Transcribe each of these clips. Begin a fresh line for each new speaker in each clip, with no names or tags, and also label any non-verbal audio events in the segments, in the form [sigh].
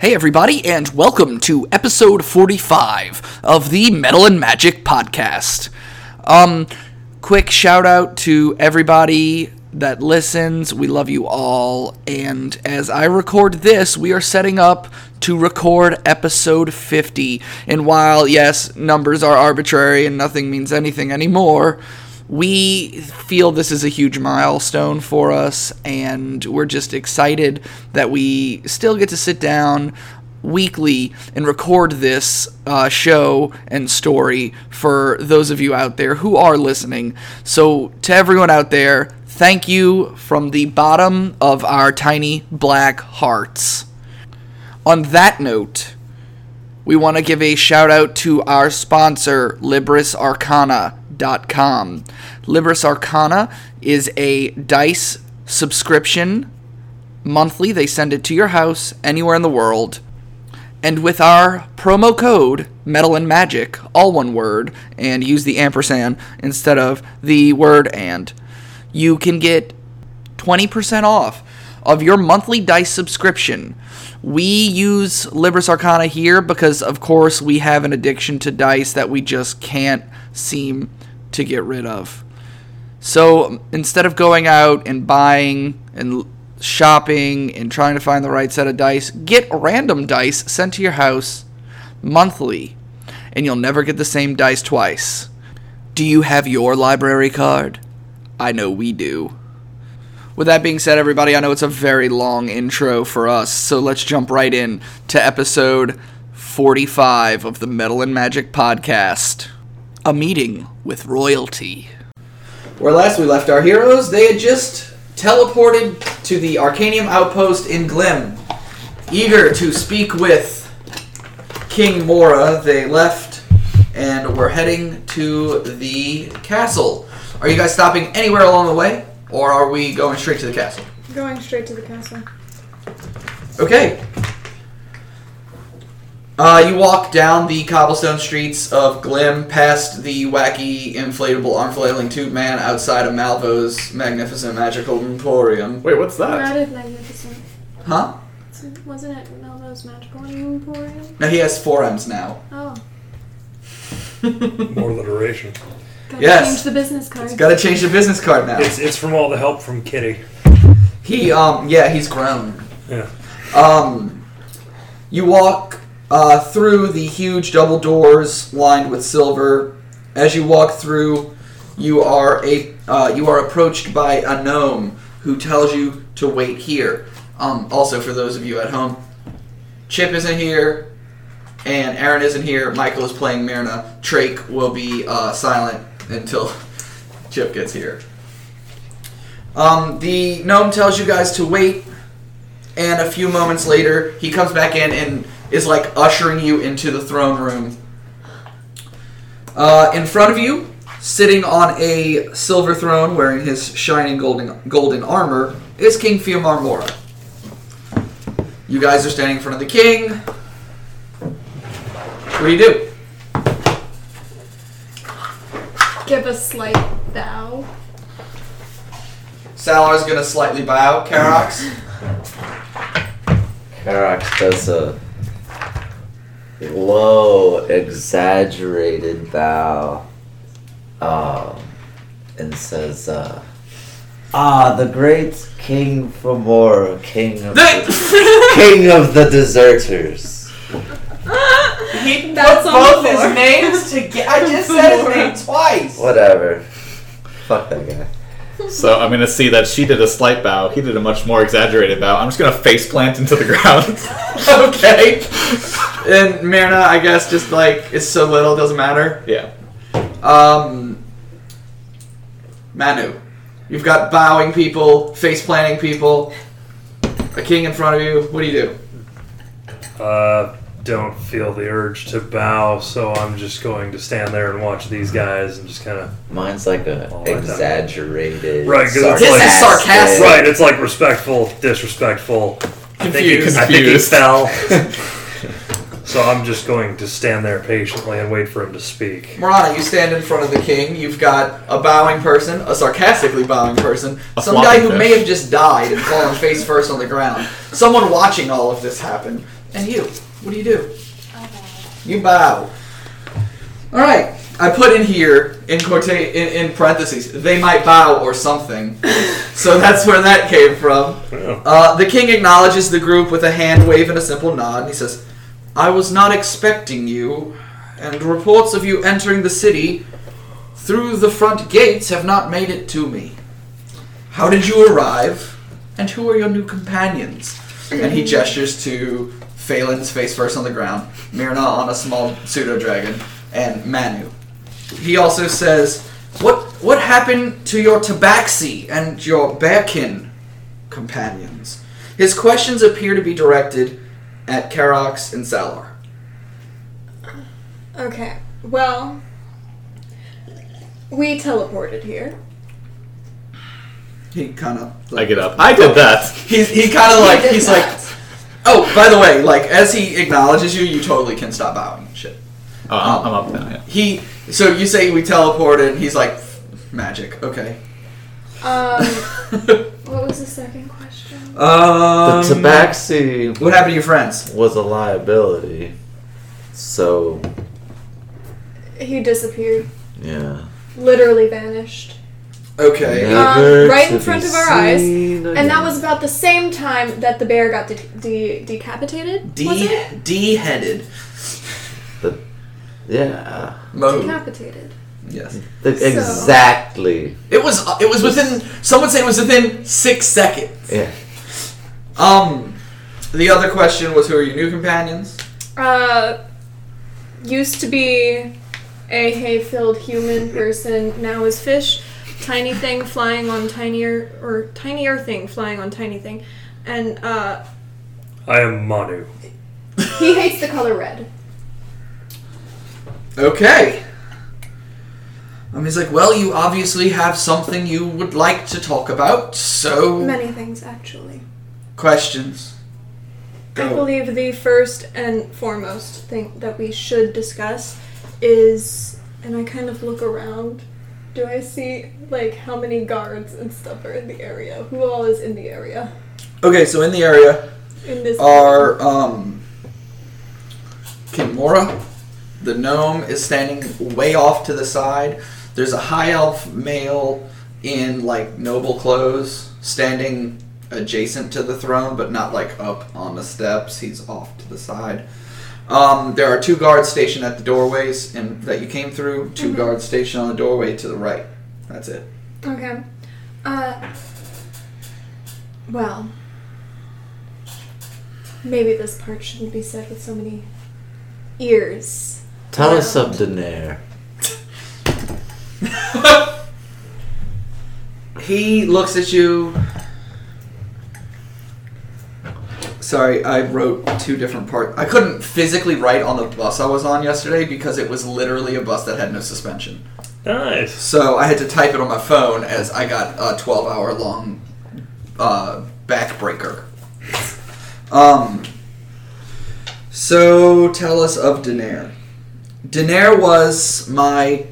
Hey, everybody, and welcome to episode 45 of the Metal and Magic podcast. Um, quick shout out to everybody that listens. We love you all. And as I record this, we are setting up to record episode 50. And while, yes, numbers are arbitrary and nothing means anything anymore, we feel this is a huge milestone for us, and we're just excited that we still get to sit down weekly and record this uh, show and story for those of you out there who are listening. So, to everyone out there, thank you from the bottom of our tiny black hearts. On that note, we want to give a shout out to our sponsor, LibrisArcana.com. Libris Arcana is a dice subscription monthly. They send it to your house anywhere in the world. And with our promo code, Metal and Magic, all one word, and use the ampersand instead of the word and, you can get 20% off of your monthly dice subscription. We use Libris Arcana here because, of course, we have an addiction to dice that we just can't seem to get rid of. So instead of going out and buying and l- shopping and trying to find the right set of dice, get random dice sent to your house monthly, and you'll never get the same dice twice. Do you have your library card? I know we do. With that being said, everybody, I know it's a very long intro for us, so let's jump right in to episode 45 of the Metal and Magic podcast A Meeting with Royalty. Where last we left our heroes, they had just teleported to the Arcanium outpost in Glim. Eager to speak with King Mora, they left and were heading to the castle. Are you guys stopping anywhere along the way, or are we going straight to the castle?
Going straight to the castle.
Okay. Uh, you walk down the cobblestone streets of Glim, past the wacky inflatable arm flailing tube man outside of Malvo's magnificent magical emporium.
Wait, what's that?
Not as magnificent.
Huh?
Wasn't it Melbo's magical emporium?
No, he has four M's now. [laughs]
Oh,
it's
More alliteration.
gotta
Yes.
change the business card.
Gotta change the business card now.
it's from all the help from Kitty.
He, um, yeah, he's grown.
Yeah.
Um, you walk uh, through the huge double doors lined with silver. As you walk through, you are a uh, you are approached by a gnome who tells you to wait here. Um, also, for those of you at home, Chip isn't here, and Aaron isn't here. Michael is playing Myrna. Trake will be uh, silent until [laughs] Chip gets here. Um, the gnome tells you guys to wait and a few moments later he comes back in and is like ushering you into the throne room uh, in front of you sitting on a silver throne wearing his shining golden golden armor is king fiamar mora you guys are standing in front of the king what do you do
Give a slight bow.
salar's gonna slightly bow Karox.
Karax does a low, exaggerated bow um, and says, uh, Ah, the great King Famora, King of the, King of the Deserters.
he
That's
put
all
both his
four.
names together i just said his name twice
Whatever. Fuck that guy.
So I'm gonna see that she did a slight bow. He did a much more exaggerated bow. I'm just gonna face plant into the [laughs] ground.
[laughs] okay. And Myrna, I guess, just like it's so little, doesn't matter.
yeah.
Um, Manu, you've got bowing people, face planting people, a king in front of you. What do you do?
Uh, don't feel the urge to bow, so I'm just going to stand there and watch these guys and just kind of.
Mine's like a
Oh, I don't-
exaggerated.
Right, 'cause it's like-
sarcastic.
This is
sarcastic.
Right, it's like respectful, disrespectful. I think, he,
Confused.
I think he
Confused.
fell. So I'm just going to stand there patiently and wait for him to speak.
Morana, you stand in front of the king. You've got a bowing person, a sarcastically bowing person,
A
some guy who
floppy
may
fish.
have just died and fallen face first on the ground, someone watching all of this happen, and you. What do you do? You bow. All right. I put in here in quote in, in parentheses. They might bow or something. so that's where that came from.
Yeah.
Uh, the king acknowledges the group with a hand wave and a simple nod, and he says, "I was not expecting you, and reports of you entering the city through the front gates have not made it to me. How did you arrive? And who are your new companions?" And he gestures to Phelan's face first on the ground, Myrna on a small pseudo dragon, and Manu. He also says, "What what happened to your Tabaxi and your Bearkin companions?" His questions appear to be directed at Karox and Salar.
Okay. Well, we teleported here.
He kind of
I
like
get up. I did that.
he's he kind of like
We did
[laughs] he's like,
that.
"Oh, by the way, like as he acknowledges you, you totally can stop bowing and shit."
Oh, I'm, I'm up now. Yeah.
He so you say we teleported, and he's like, "Magic, okay."
Um,
um,
[laughs] what was the second question?
The tabaxi
What Um, happened to your friends?
was a liability. So,
He disappeared.
yeah.
Literally vanished.
Okay.
Yeah. Um,
Never
right in
to
front
be
of our eyes,
seen
And that
again.
was about the same time that the bear got de- de- decapitated. was
D
it?
D headed.
Yeah.
Mo.
Decapitated.
Yes.
The-
So-
Exactly.
It was uh, it was within someone said it was within six seconds.
Yeah.
Um the other question was who are your new companions?
Uh, used to be a hay-filled human person. Now is fish, tiny thing flying on tinier or tinier thing flying on tiny thing, and uh,
I am Manu.
he hates the color red.
Okay. Um he's like, well you obviously have something you would like to talk about, so
Many things actually.
questions.
I
Go.
believe the first and foremost thing that we should discuss is, and I kind of look around. Do I see like how many guards and stuff are in the area? Who all is in the area?
Okay, so in the area
In this
are um King Mora. The gnome is standing way off to the side. There's a high elf male in like noble clothes standing adjacent to the throne, but not like up on the steps. He's off to the side. Um, there are two guards stationed at the doorways and that you came through. 2 guards stationed on the doorway to the right. That's it.
Okay. Uh. Well. Maybe this part shouldn't be said with so many ears.
Tell us of Daenerys.
He looks at you. Sorry, I wrote two different parts. I couldn't physically write on the bus I was on yesterday because it was literally a bus that had no suspension.
Nice.
So I had to type it on my phone as I got a 12 hour long uh, backbreaker. Um, so tell us of Daenerys. Daenerys was my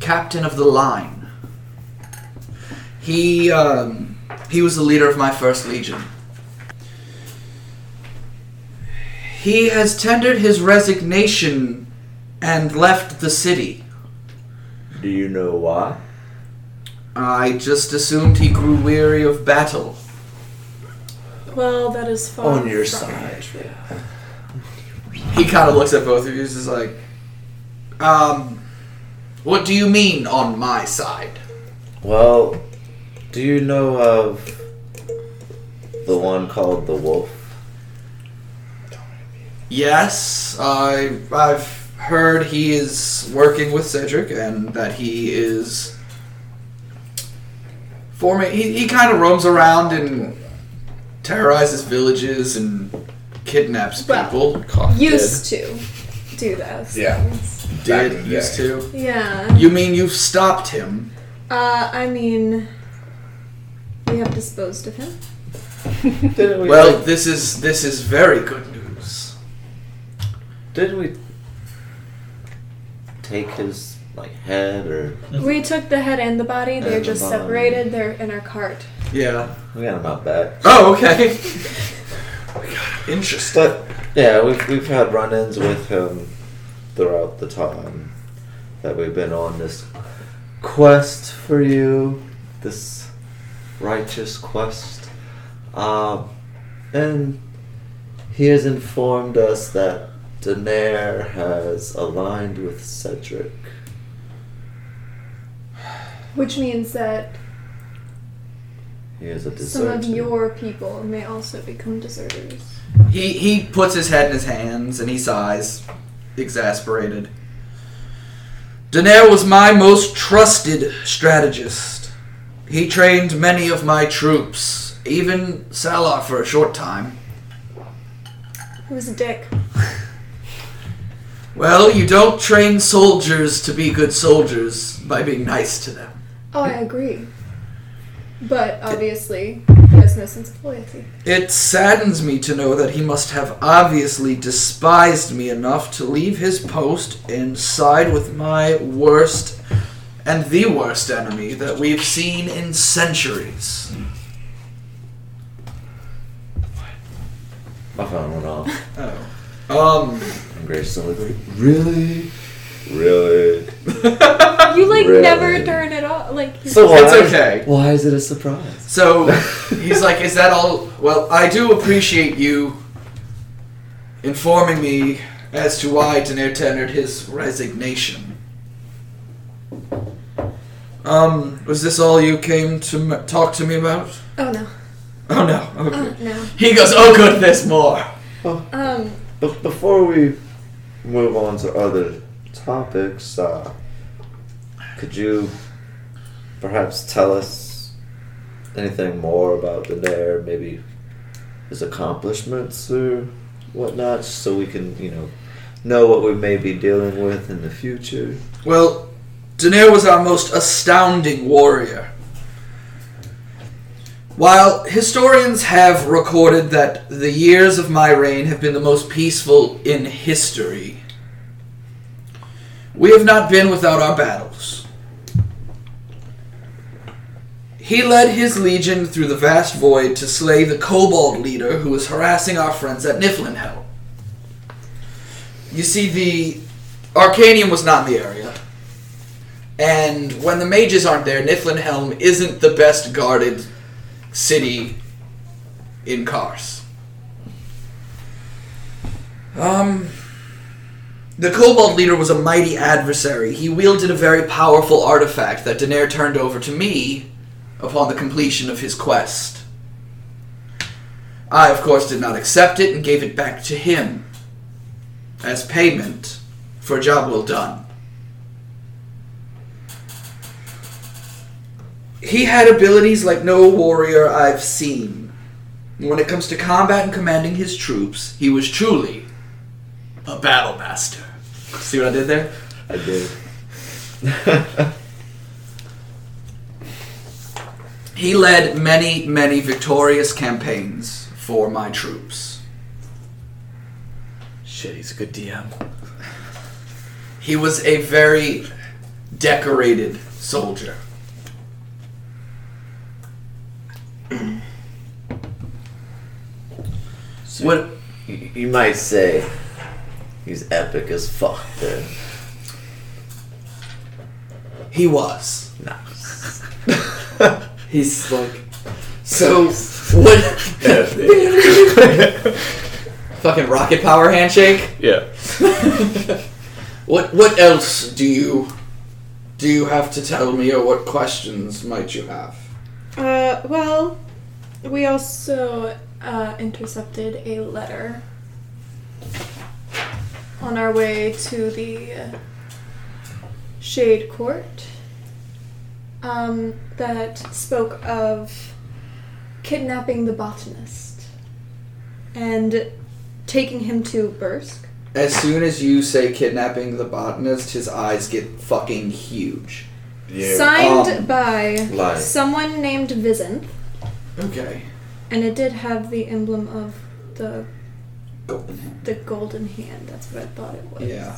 captain of the line. He um, he was the leader of my first legion. He has tendered his resignation and left the city.
Do you know why?
I just assumed he grew weary of battle.
Well, that is far
On your
from
side.
true.
He kind of looks at both of you and is like, um, what do you mean on my side?
Well, do you know of the one called
[laughs]
the Wolf?
Yes, I, I've heard he is working with Cedric and that he is forming. He, he kind of roams around and terrorizes villages and kidnaps
Well,
people.
Used to do those.
Yeah.
things.
back in
Did
the
used
day.
to.
Yeah.
You mean you've stopped him?
Uh, I mean, we have disposed of him.
Well, this is this is very good news.
Didn't we take his like head or
We took the head and the body. They're
And the
just
body.
separated. They're in our cart.
Yeah.
we got him out back?
Oh, okay. [laughs] Interesting.
But yeah, we've we've had run-ins with him throughout the time that we've been on this quest for you, this righteous quest, um, and he has informed us that Daenerys has aligned with Cedric.
Which means that
He is a
some
deserter.
of your people may also become deserters.
He he puts his head in his hands and he sighs, exasperated. Daenerys was my most trusted strategist. He trained many of my troops, even Salar for a short time.
It was a dick.
Well, you don't train soldiers to be good soldiers by being nice to them.
Oh, I agree. But obviously, there's no sense of loyalty.
It saddens me to know that he must have obviously despised me enough to leave his post and side with my worst and the worst enemy that we've seen in centuries.
My phone went off.
Oh. Um.
And Grayson was like, really, really.
You like
Really?
never turn it off. Like you
So
just-
why?
It's okay.
Why is it a surprise?
So he's like, "Is that all?" Well, I do appreciate you informing me as to why Daenerys tendered his resignation. Um, was this all you came to m- talk to me about?
Oh no.
Oh no. Okay.
Oh no.
He goes, "Oh, good, there's more."
Um.
But before we move on to other topics, uh, could you perhaps tell us anything more about the Nair, maybe his accomplishments or whatnot, so we can, you know, know what we may be dealing with in the future?
Well, Daenerys was our most astounding warrior. While historians have recorded that the years of my reign have been the most peaceful in history, we have not been without our battles. He led his legion through the vast void to slay the kobold leader who was harassing our friends at Niflheim. You see, the Arcanium was not in the area. And when the mages aren't there, Niflheim isn't the best guarded city in Kars. Um, the Kobold leader was a mighty adversary. He wielded a very powerful artifact that Daenerys turned over to me upon the completion of his quest. I, of course, did not accept it and gave it back to him as payment for a job well done. He had abilities like no warrior I've seen. When it comes to combat and commanding his troops, he was truly a battle master. See what I did there?
I did.
He led many, many victorious campaigns for my troops.
Shit, he's a good DM.
He was a very decorated soldier.
So
What?
you, you might say he's epic as fuck then.
He was. [laughs]
Nice.
He's like, so what? [laughs] Fucking rocket power handshake.
yeah.
What what else do you do you have to tell me, or what questions might you have?
Uh. Well, we also uh, intercepted a letter on our way to the uh, Shade Court. Um. That spoke of kidnapping the botanist and taking him to Bursk.
As soon as you say kidnapping the botanist, his eyes get fucking huge.
Signed
Um,
by
Lie.
someone named Visin,
Okay.
and it did have the emblem of the
Golden hand.
The golden hand. That's what I thought it was.
Yeah.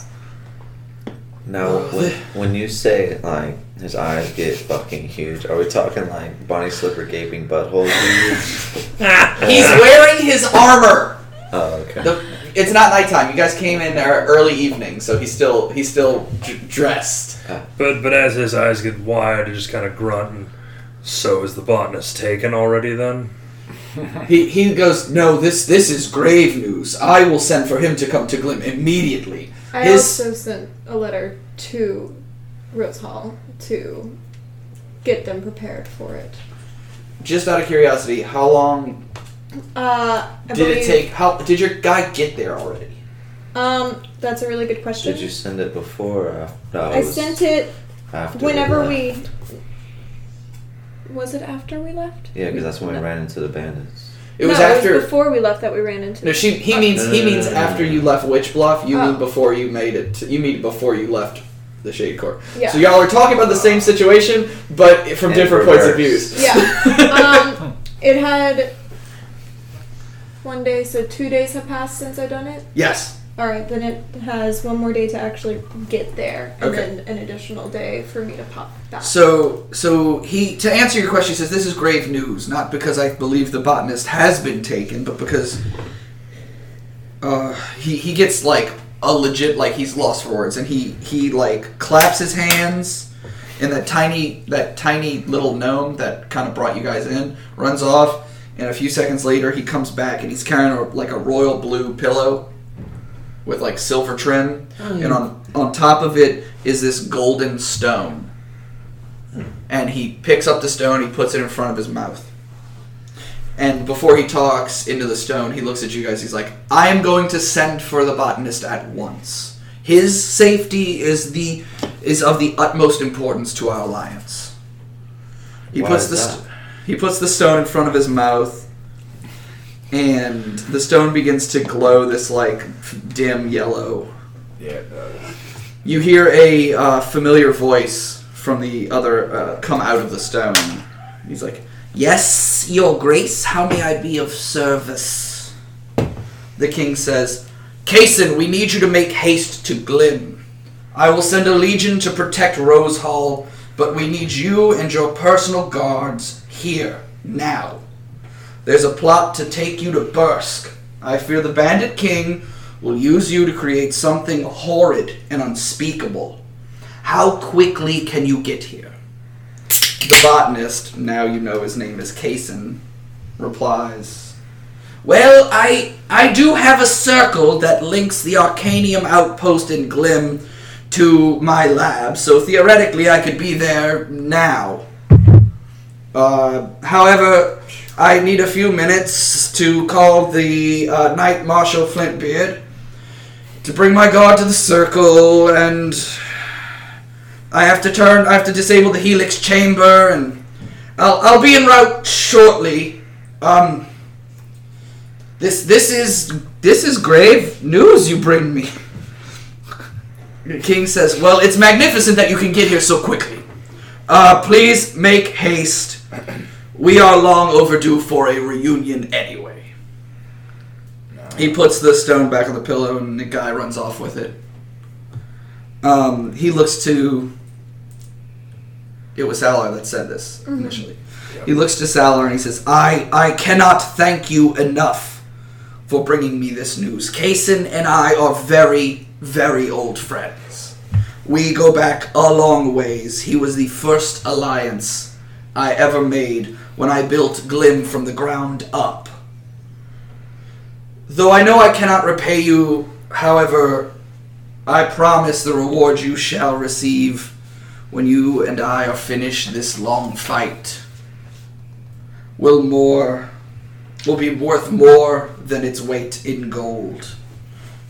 Now,
Oh,
when,
the-
when you say like his eyes get fucking huge, are we talking like Bonnie Slipper gaping butthole
[laughs]
huge?
He's wearing his armor.
oh, okay.
The, it's not nighttime. You guys came in there early evening, so he's still he's still d- dressed.
But but as his eyes get wide, I just kind of grunt. And so is the botanist taken already? Then
He, he goes, no, this this is grave news. I will send for him to come to Glim immediately.
I
His-
also sent a letter to Rose Hall to get them prepared for it.
Just out of curiosity, how long
Uh, I
did
believe,
it take? How did your guy get there already?
Um, that's a really good question.
Did you send it before? Or after? No,
I sent it
after
whenever
left.
we. Was it after we left?
Yeah, because that's when we ran into the bandits.
It was
no,
after.
It was before we left that we ran into.
no, she. He means
no,
he
no, no,
means
no, no,
after
no.
you left Witch Bluff. You
Oh.
mean before you made it. To, you mean before you left the Shade Court.
Yeah.
So y'all are talking about the same situation, but from
In
different points of
reverse.
views. [laughs]
Yeah. um, it had one day, so two days have passed since I've done it.
yes.
All right, then it has one more day to actually get there, and
Okay.
then an additional day for me to pop back.
So, so he to answer your question he says this is grave news, not because I believe the botanist has been taken, but because uh, he he gets like a legit like he's lost for words, and he he like claps his hands, and that tiny that tiny little gnome that kind of brought you guys in runs off, and a few seconds later he comes back and he's carrying a, like a royal blue pillow with like silver trim, and on on top of it is this golden stone and he picks up the stone, he puts it in front of his mouth. And before he talks into the stone, he looks at you guys. He's like, I am going to send for the botanist at once. His safety is the is of the utmost importance to our alliance. He
Why
puts
is
the
that?
st- he puts the stone in front of his mouth, and the stone begins to glow this like dim yellow.
Yeah.
You hear a uh, familiar voice from the other uh, come out of the stone. He's like, Yes, Your Grace, how may I be of service? The king says, Cason, we need you to make haste to Glim. I will send a legion to protect Rose Hall, but we need you and your personal guards here, now. There's a plot to take you to Bursk. I fear the Bandit King will use you to create something horrid and unspeakable. How quickly can you get here? The botanist, now you know his name is Cason, replies, Well, I I do have a circle that links the Arcanium outpost in Glim to my lab, so theoretically I could be there now. Uh, however, I need a few minutes to call the uh, Knight Marshal Flintbeard to bring my guard to the circle, and I have to turn. I have to disable the helix chamber, and I'll I'll be en route shortly. Um, this this is this is grave news you bring me. The king says, "Well, it's magnificent that you can get here so quickly. Uh, please make haste." We are long overdue for a reunion anyway. He puts the stone back on the pillow and the guy runs off with it. Um, he looks to. It was Salar that said this initially. He looks to Salar and he says, I, I cannot thank you enough for bringing me this news. Kason and I are very, very old friends. We go back a long ways. He was the first alliance I ever made when I built Glim from the ground up. Though I know I cannot repay you, however, I promise the reward you shall receive when you and I are finished this long fight will more will be worth more than its weight in gold.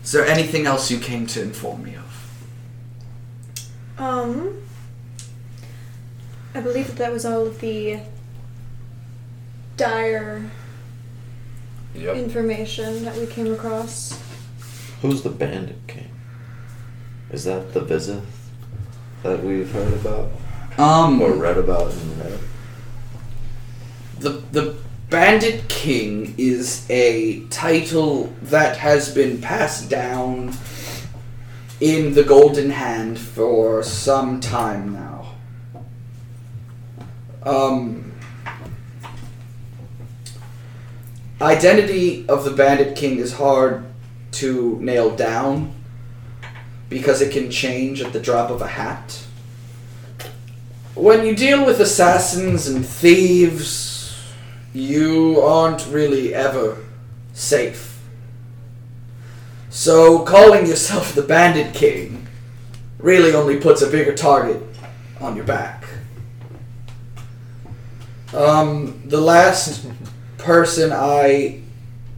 Is there anything else you came to inform me of?
Um, I believe that, that was all of the dire
Yep.
information that we came across.
Who's the bandit king? Is that the Vizith that we've heard about
Um
or read about in the
the the Bandit King is a title that has been passed down in the Golden Hand for some time now. Um, identity of the Bandit King is hard to nail down because it can change at the drop of a hat. When you deal with assassins and thieves, you aren't really ever safe. So calling yourself the Bandit King really only puts a bigger target on your back. Um, the last person I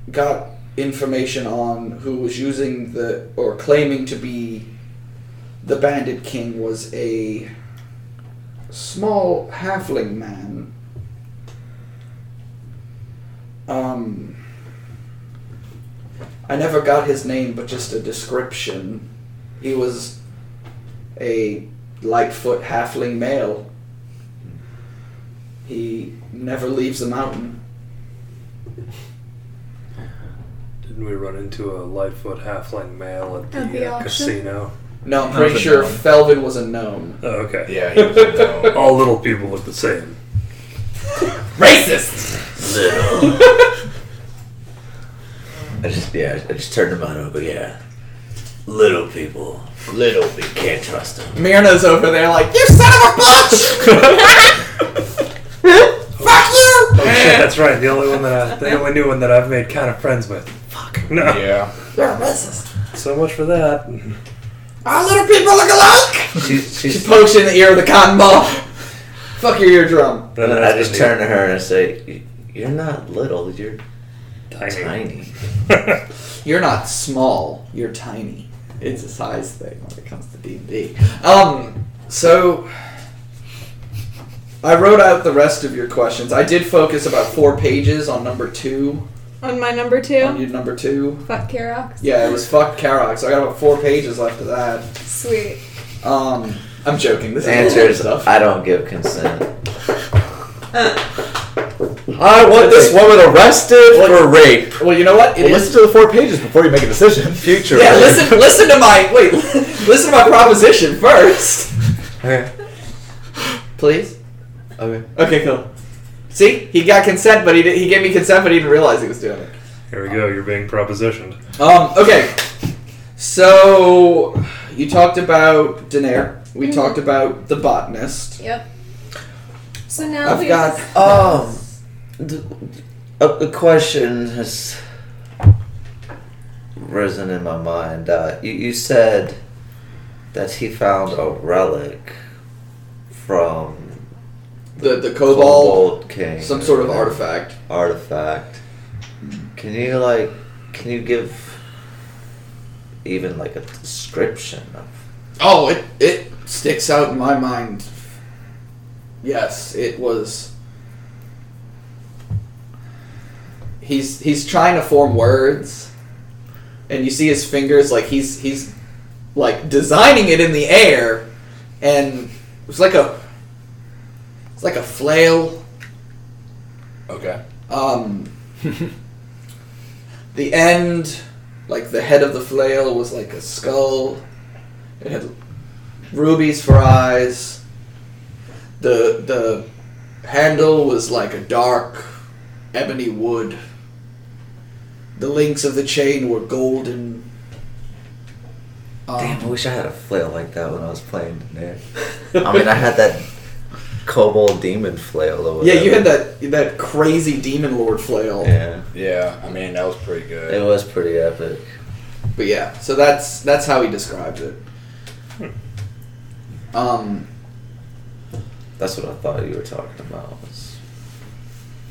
got information on who was using the or claiming to be the Bandit King was a small halfling man. Um, I never got his name, but just a description. He was a Lightfoot halfling male. He never leaves the mountain.
Didn't we run into a Lightfoot halfling male at the,
At the
uh,
auction?
casino?
No, I'm
Not
pretty
a
sure
gnome.
Felvin was a gnome.
Oh, okay.
Yeah, he was a
[laughs]
gnome.
All little people look the
[laughs]
same. [laughs]
[laughs]
Racist!
I just yeah, I just turned him on over. Yeah, little people, little we can't trust them.
Myrna's over there like, You son of a bitch! [laughs] Fuck you!
Oh shit, that's right. The only one that I, the only new one that I've made kind of friends with. Fuck. [laughs] No.
Yeah.
You're a racist.
So much for that.
[laughs]
Our little people look alike!
She's,
She
she's
pokes you in the ear with a cotton ball. Fuck your eardrum.
and then
that's
I just
gonna
turn to her and I say, "Y- "You're not little. You're
be
tiny."
You're not small, you're tiny. It's a size thing when it comes to D&D. Um, so I wrote out the rest of your questions. I did focus about four pages on number 2,
On my number
on
two,
your number 2.
fuck Karox.
Yeah, it was fuck Karok. So I got about four pages left of that.
Sweet.
Um, I'm joking. This
The
is
answer
answers
is
stuff.
I don't give consent.
I want this woman arrested
What-
for rape.
well, you know what? It
Well,
is.
listen to the four pages before you make a decision. Future.
yeah,
rape.
listen. Listen to my wait. [laughs] listen to my proposition first,
Okay.
please.
Okay.
Okay, cool. See, he got consent, but he did, he gave me consent, but he didn't realize he was doing it.
[laughs] Here we go. You're being propositioned.
Um. Okay. So you talked about Daenerys. We
Mhm.
talked about the botanist.
Yep. So now
I've
we [laughs]
got
just-
Um, the, a, a question has risen in my mind. Uh, you, you said that he found a relic from
The the
Cobalt,
kobold,
King,
some sort of artifact.
Artifact. Can you like? Can you give even like a description of?
Oh, it it sticks out in my mind. Yes, it was. He's he's trying to form words, and you see his fingers like he's he's like designing it in the air, and it's like a it's like a flail.
Okay.
Um, the end, like the head of the flail, was like a skull. It had rubies for eyes. The the handle was like a dark ebony wood. The links of the chain were golden. Um,
Damn, I wish I had a flail like that when I was playing there.
[laughs]
I mean, I had that kobold demon flail. Or
yeah, you
whatever.
had that that crazy demon lord flail.
Yeah,
Yeah, I mean, that was pretty good.
it was pretty epic.
But yeah, so that's that's how he describes it. Hmm. Um,
That's what I thought you were talking about. was-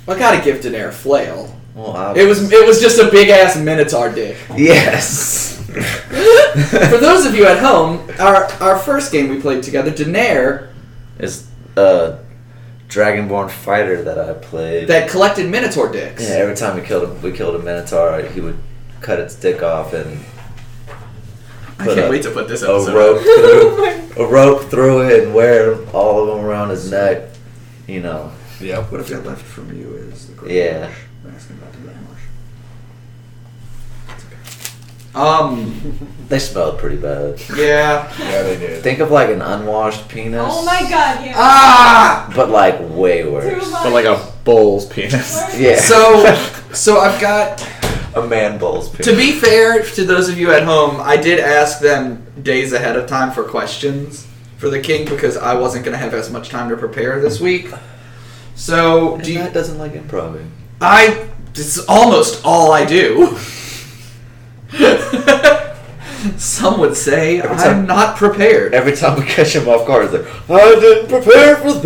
I gotta give Daenerys flail.
Well, I
It was it was just a big ass minotaur [laughs] dick.
yes.
[laughs] For those of you at home, our our first game we played together, Daenerys,
[laughs] it's a dragonborn fighter that I played.
that collected minotaur dicks.
yeah, every time we killed him, we killed a minotaur. He would cut its dick off and
I
put
can't
a-
wait to put this
a
episode.
rope
up.
Oh
through a rope through it and wear all of them around his neck. You know,
Yep.
What if got left from you is the great
Yeah.
marsh. I'm asking about the great marsh. Um.
They smelled pretty bad.
Yeah. [laughs]
Yeah, they did.
Think of like an unwashed penis.
Oh my god, yeah.
Ah.
But like way
Too
worse.
much.
But like a bull's penis.
Yeah.
So, so I've got.
A man bowls penis.
To be fair to those of you at home, I did ask them days ahead of time for questions for the king because I wasn't going to have as much time to prepare this week. So,
And
do you,
Matt doesn't like improv.
I? It's almost all I do. [laughs] Some would say
Every
I'm
time-
not prepared.
Every time we [laughs] catch him off guard, he's like, I didn't prepare for this.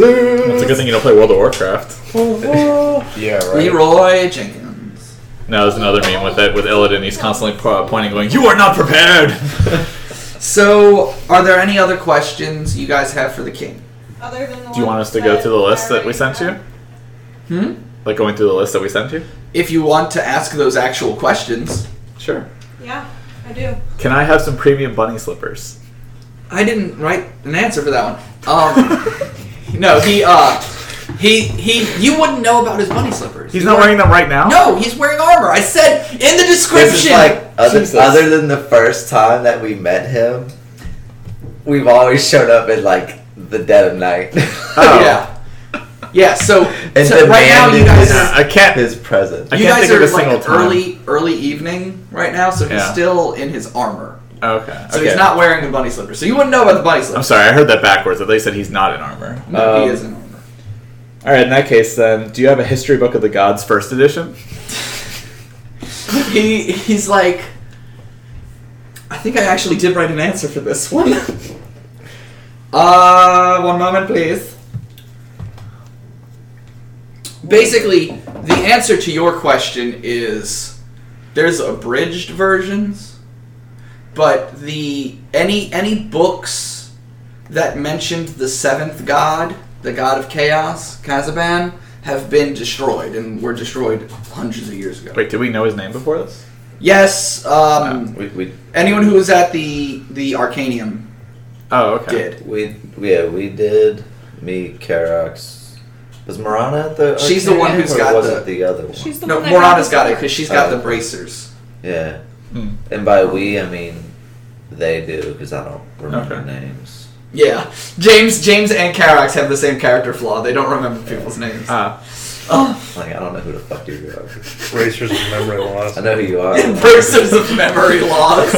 It's a good thing you don't play World of Warcraft.
Yeah, right.
Leroy Jenkins.
Now there's another meme with it with Illidan. He's constantly po- pointing, going, "You are not prepared." [laughs]
So, are there any other questions you guys have for the king?
Other than the
Do you want
ones
us to go
that
through the list that we
I already
sent you?
have.
Hmm.
Like going through the list that we sent you?
If you want to ask those actual questions,
Sure.
Yeah, I do.
Can I have some premium bunny
[laughs]
slippers?
I didn't write an answer for that one. Um, [laughs] no, he uh, he he. You wouldn't know about his bunny slippers.
He's not wearing them right now.
No, he's wearing armor. I said in the description.
This is like other,
Jesus.
other than the first time that we met him, we've always shown up in like the dead of night. [laughs]
Oh.
Yeah. Yeah. So,
And
so right now you
demanded
guys.
his-
I can't.
His presence.
I
you
can't
guys
think of
are
a single
like
time.
early, early evening right now, so he's
Yeah.
still in his armor.
Okay.
So
okay.
he's not wearing the bunny slippers. So you wouldn't know about the bunny
I'm
slippers.
sorry, I heard that backwards. That they said he's not in armor.
No,
Um,
he is in armor.
All right. In that case, then, do you have a history book of the gods first edition?
[laughs] he he's like I think I actually did write an answer for this one. [laughs] uh one moment please. Basically, the answer to your question is there's abridged versions, but the any any books that mentioned the seventh god, the god of chaos, Kazaban, have been destroyed and were destroyed hundreds of years ago.
Wait, did we know his name before this?
Yes. Um,
We, we,
anyone who was at the the Arcanium
Oh, okay.
did.
we, yeah, we did. Me, Karax. Was Marana at the.
She's the one
Arcadian,
who's
or
got
was
the-
it the other one.
She's the
No,
one that
Morana's
got
got it
us
because she's got
Oh.
the bracers.
Yeah.
Hmm.
And by we, I mean they do, because I don't remember
Okay.
names.
Yeah, James, James, and Karax have the same character flaw. They don't remember people's names.
Ah,
Oh, [laughs]
Like, I don't know who the fuck you are.
Racers of
[laughs]
memory loss.
I know who
[laughs]
you are.
bracers of memory
[laughs]
loss.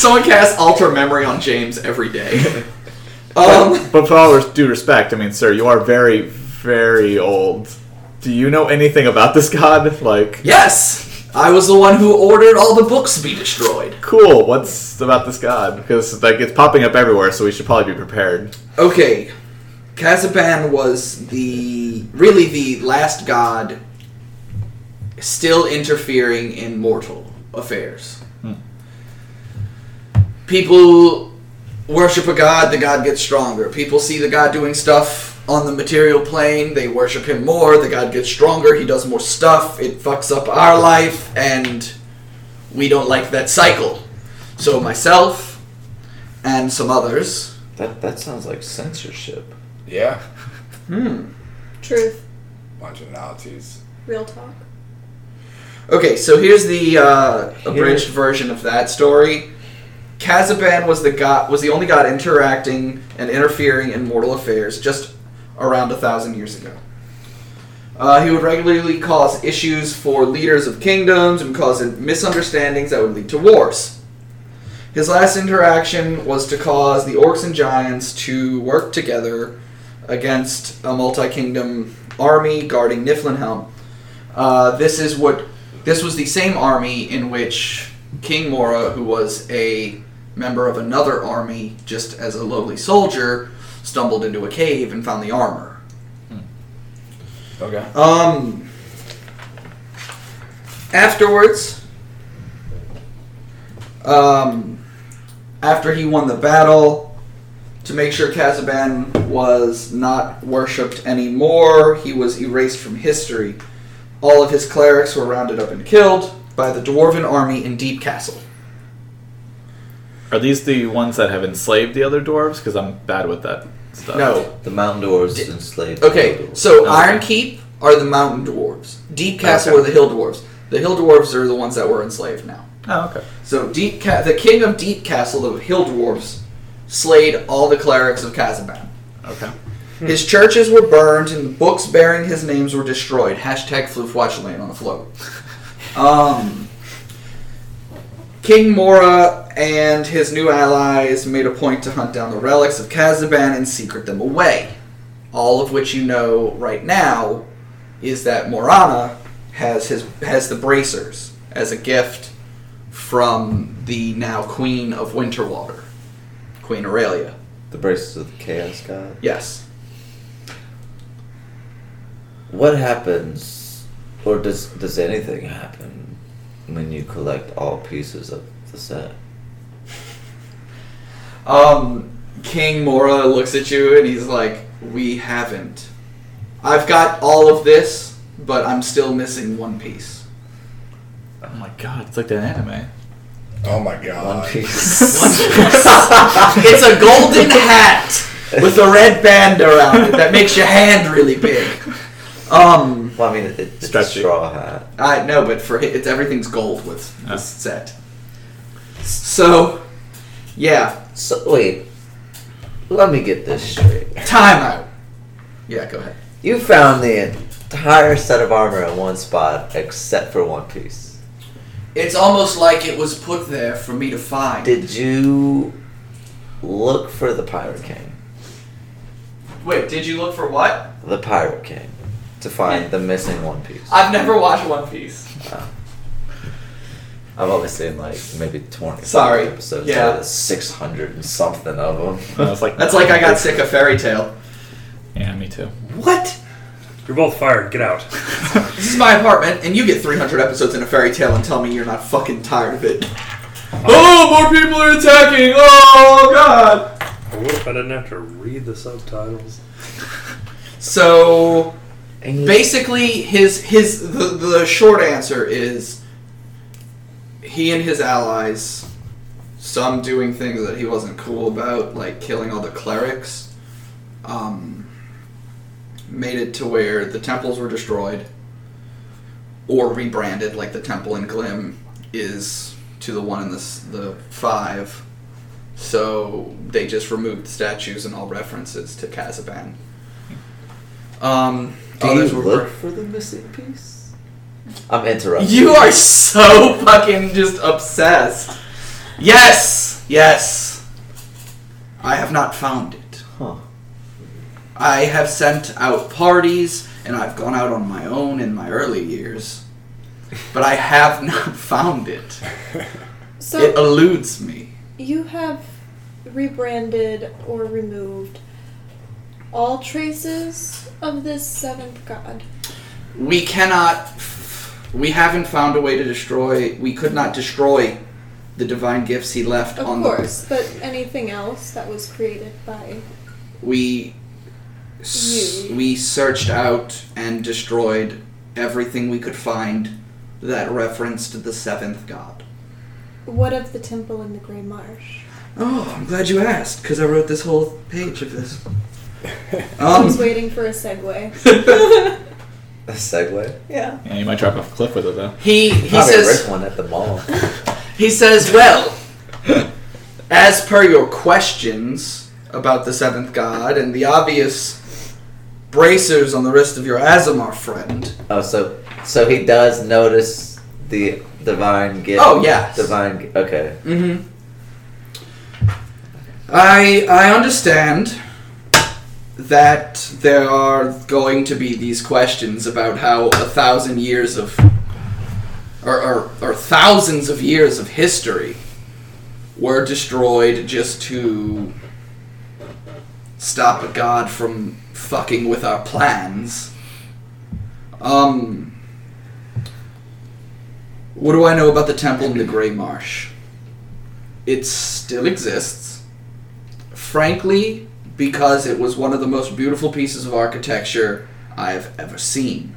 Someone casts alter memory on James every
[laughs]
day. Um,
but for all res- due respect, I mean, sir, you are very, very old. Do you know anything about this god? Like,
yes, I was the one who ordered all the books be destroyed.
cool. What's about this god? Because like it's popping up everywhere, so we should probably be prepared.
Okay, Kazaban was the really the last god still interfering in mortal affairs.
Hmm.
People worship a god, the god gets stronger. People see the god doing stuff on the material plane, they worship him more, the god gets stronger, he does more stuff, it fucks up our life, and we don't like that cycle. So myself and some others
That, that sounds like censorship.
Yeah.
Hmm.
Truth.
Bunch of Nazis.
Real talk.
Okay, so here's the uh,
Here-
abridged version of that story. Kazaban was the god was the only god interacting and interfering in mortal affairs just around a thousand years ago. Uh, he would regularly cause issues for leaders of kingdoms and cause misunderstandings that would lead to wars. His last interaction was to cause the orcs and giants to work together against a multi-kingdom army guarding Niflheim. Uh, this is what this was the same army in which King Mora, who was a member of another army, just as a lowly soldier, stumbled into a cave and found the armor.
Okay.
Um, afterwards, um, after he won the battle, to make sure Kazaban was not worshipped anymore, he was erased from history. All of his clerics were rounded up and killed by the dwarven army in Deep Castle.
Are these the ones that have enslaved the other dwarves? Because I'm bad with that stuff.
No.
The mountain dwarves
Di-
enslaved. the
Okay,
hill dwarves.
so
No.
Iron Keep are the mountain dwarves. Deep Castle
Okay.
are the hill dwarves. The hill dwarves are the ones that were enslaved now.
Oh, okay.
So Deep Ca- the king of Deep Castle, the hill dwarves, slayed all the clerics of Kazaban.
Okay.
His churches were burned and the books bearing his names were destroyed. Hashtag Flufwatchlane on the float. Um, King Mora and his new allies made a point to hunt down the relics of Kazaban and secret them away. All of which you know right now is that Morana has his has the bracers as a gift from the now Queen of Winterwater, Queen Aurelia.
the braces of the chaos god.
Yes.
What happens, or does does anything happen when you collect all pieces of the set?
Um, King Mora looks at you and he's like, "We haven't. I've got all of this, but I'm still missing one piece."
Oh my god, it's like that anime.
Oh my
One
Uh,
[laughs]
god.
piece.
it's a golden hat with a red band around it that makes your hand really big. Um,
Well, I mean, it, it's a
Stretchy.
straw hat.
I know, but for hi- it's everything's gold with this set. So, yeah,
So wait, let me get this straight.
timeout. Yeah, go ahead.
You found the entire set of armor in one spot, except for one piece.
It's almost like it was put there for me to find.
Did you look for the Pirate King?
Wait, did you look for what?
The Pirate King to find the missing one piece.
I've never watched One Piece.
I've only seen like maybe twenty.
Sorry.
episodes.
Yeah.
six hundred and something of
I
[laughs]
them.
was like,
That's like I got sick of Fairy Tale.
Yeah, me too.
What?
You're both fired. Get
[laughs]
out.
This is my apartment, and you get 300 episodes in a fairy tale and tell me you're not fucking tired of it.
oh, more people are attacking! Oh god!
Or What if I didn't have to read the subtitles?
So
And you-
basically, his his the, the short answer is he and his allies, some doing things that he wasn't cool about, like killing all the clerics, um, made it to where the temples were destroyed or rebranded, like the temple in Glim is to the one in the s- the five. So they just removed statues and all references to Kazaban. Um,
Hmm. Do you
others were-
look for the missing piece? I'm interrupting.
you are so fucking just obsessed. Yes, yes. I have not found it.
Huh.
I have sent out parties and I've gone out on my own in my early years, but I have not [laughs] found it.
So
It eludes me.
You have rebranded or removed all traces of this seventh god.
We cannot. We haven't found a way to destroy. We could not destroy the divine gifts he left
Of
on
course, but anything else that was created by
we s-
You.
we searched out and destroyed everything we could find that referenced the seventh god.
what of the temple in the Grey Marsh?
Oh, I'm glad you asked because I wrote this whole page of [laughs] this.
I was
Um,
waiting for a
[laughs]
segue.
A segue.
Yeah.
Yeah, you might drop off a cliff with it though.
he he
Probably
says
ripped one at the mall.
He says, Well, as per your questions about the seventh god and the obvious bracers on the wrist of your Azamar friend,
Oh, so so he does notice the divine gift.
Oh, yes.
divine. gi- Okay,
mm-hmm. I, I understand that there are going to be these questions about how a thousand years of. Or, or, or thousands of years of history were destroyed just to stop a god from fucking with our plans. Um, what do I know about the temple in the Grey Marsh? It still exists. Frankly, because it was one of the most beautiful pieces of architecture I've ever seen.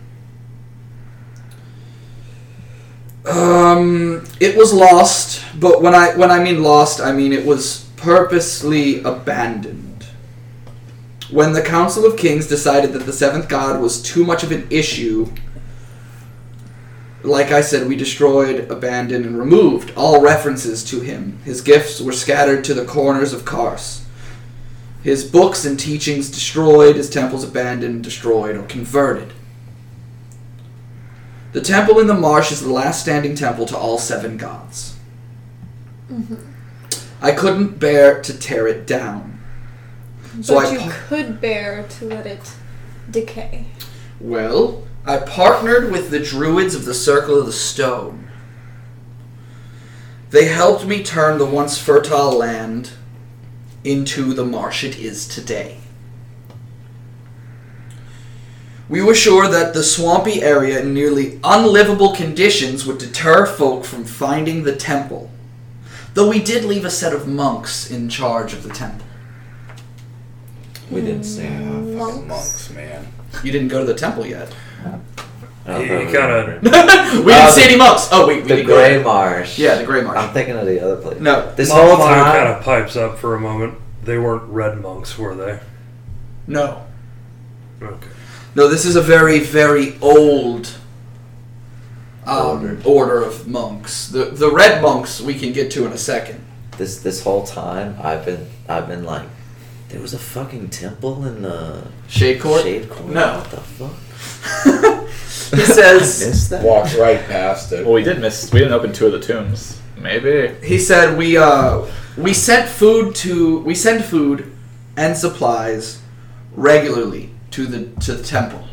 Um, it was lost, but when I when I mean lost, I mean it was purposely abandoned. When the Council of Kings decided that the seventh god was too much of an issue, like I said, we destroyed, abandoned, and removed all references to him. His gifts were scattered to the corners of Kars. His books and teachings destroyed, his temples abandoned, destroyed, or converted. The temple in the marsh is the last standing temple to all seven gods. I couldn't bear to tear it down. So
but
I
you
par-
could bear to let it decay.
Well, I partnered with the druids of the Circle of the Stone. They helped me turn the once fertile land into the marsh it is today. We were sure that the swampy area and nearly unlivable conditions would deter folk from finding the temple, though we did leave a set of monks in charge of the temple.
We didn't say.
Yeah, fucking
Monks.
monks, man.
You didn't go to the temple yet.
Oh,
He-
no,
he
we
kinda-
didn't.
we didn't see any monks. Oh wait, we
The
didn't go there.
Grey Marsh.
Yeah, the Grey Marsh.
I'm thinking of the other place.
No,
This
Mon-
whole
Mono
time.
kind of pipes up for a moment. They weren't red monks, were they?
no,
Okay.
no. This is a very, very old um,
Order.
order of monks. The the red monks we can get to in a second.
This this whole time I've been I've been like, there was a fucking temple in the
Shade court.
shade corner.
No.
What the fuck?
He
[laughs]
says.
Missed that.
Walked right past it.
Well, we did miss. We didn't open two of the tombs. Maybe.
He said we uh we sent food to we send food and supplies regularly to the to the temple.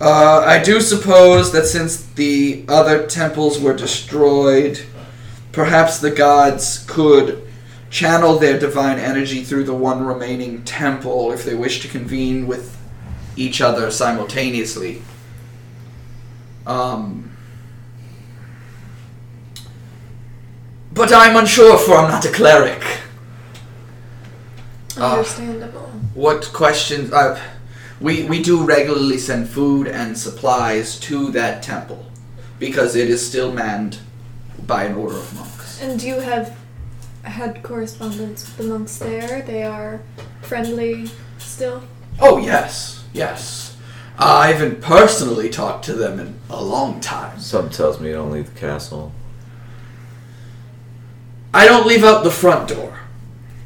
Uh, I do suppose that since the other temples were destroyed, perhaps the gods could channel their divine energy through the one remaining temple if they wish to convene with each other simultaneously. Um, but I'm unsure, for I'm not a cleric. Ah.
Understandable.
What questions? Uh, we we do regularly send food and supplies to that temple because it is still manned by an order of monks.
And you have had correspondence with the monks there. They are friendly still.
Oh yes, yes. I haven't personally talked to them in a long time.
Something tells me you don't leave the castle.
I don't leave out the front door.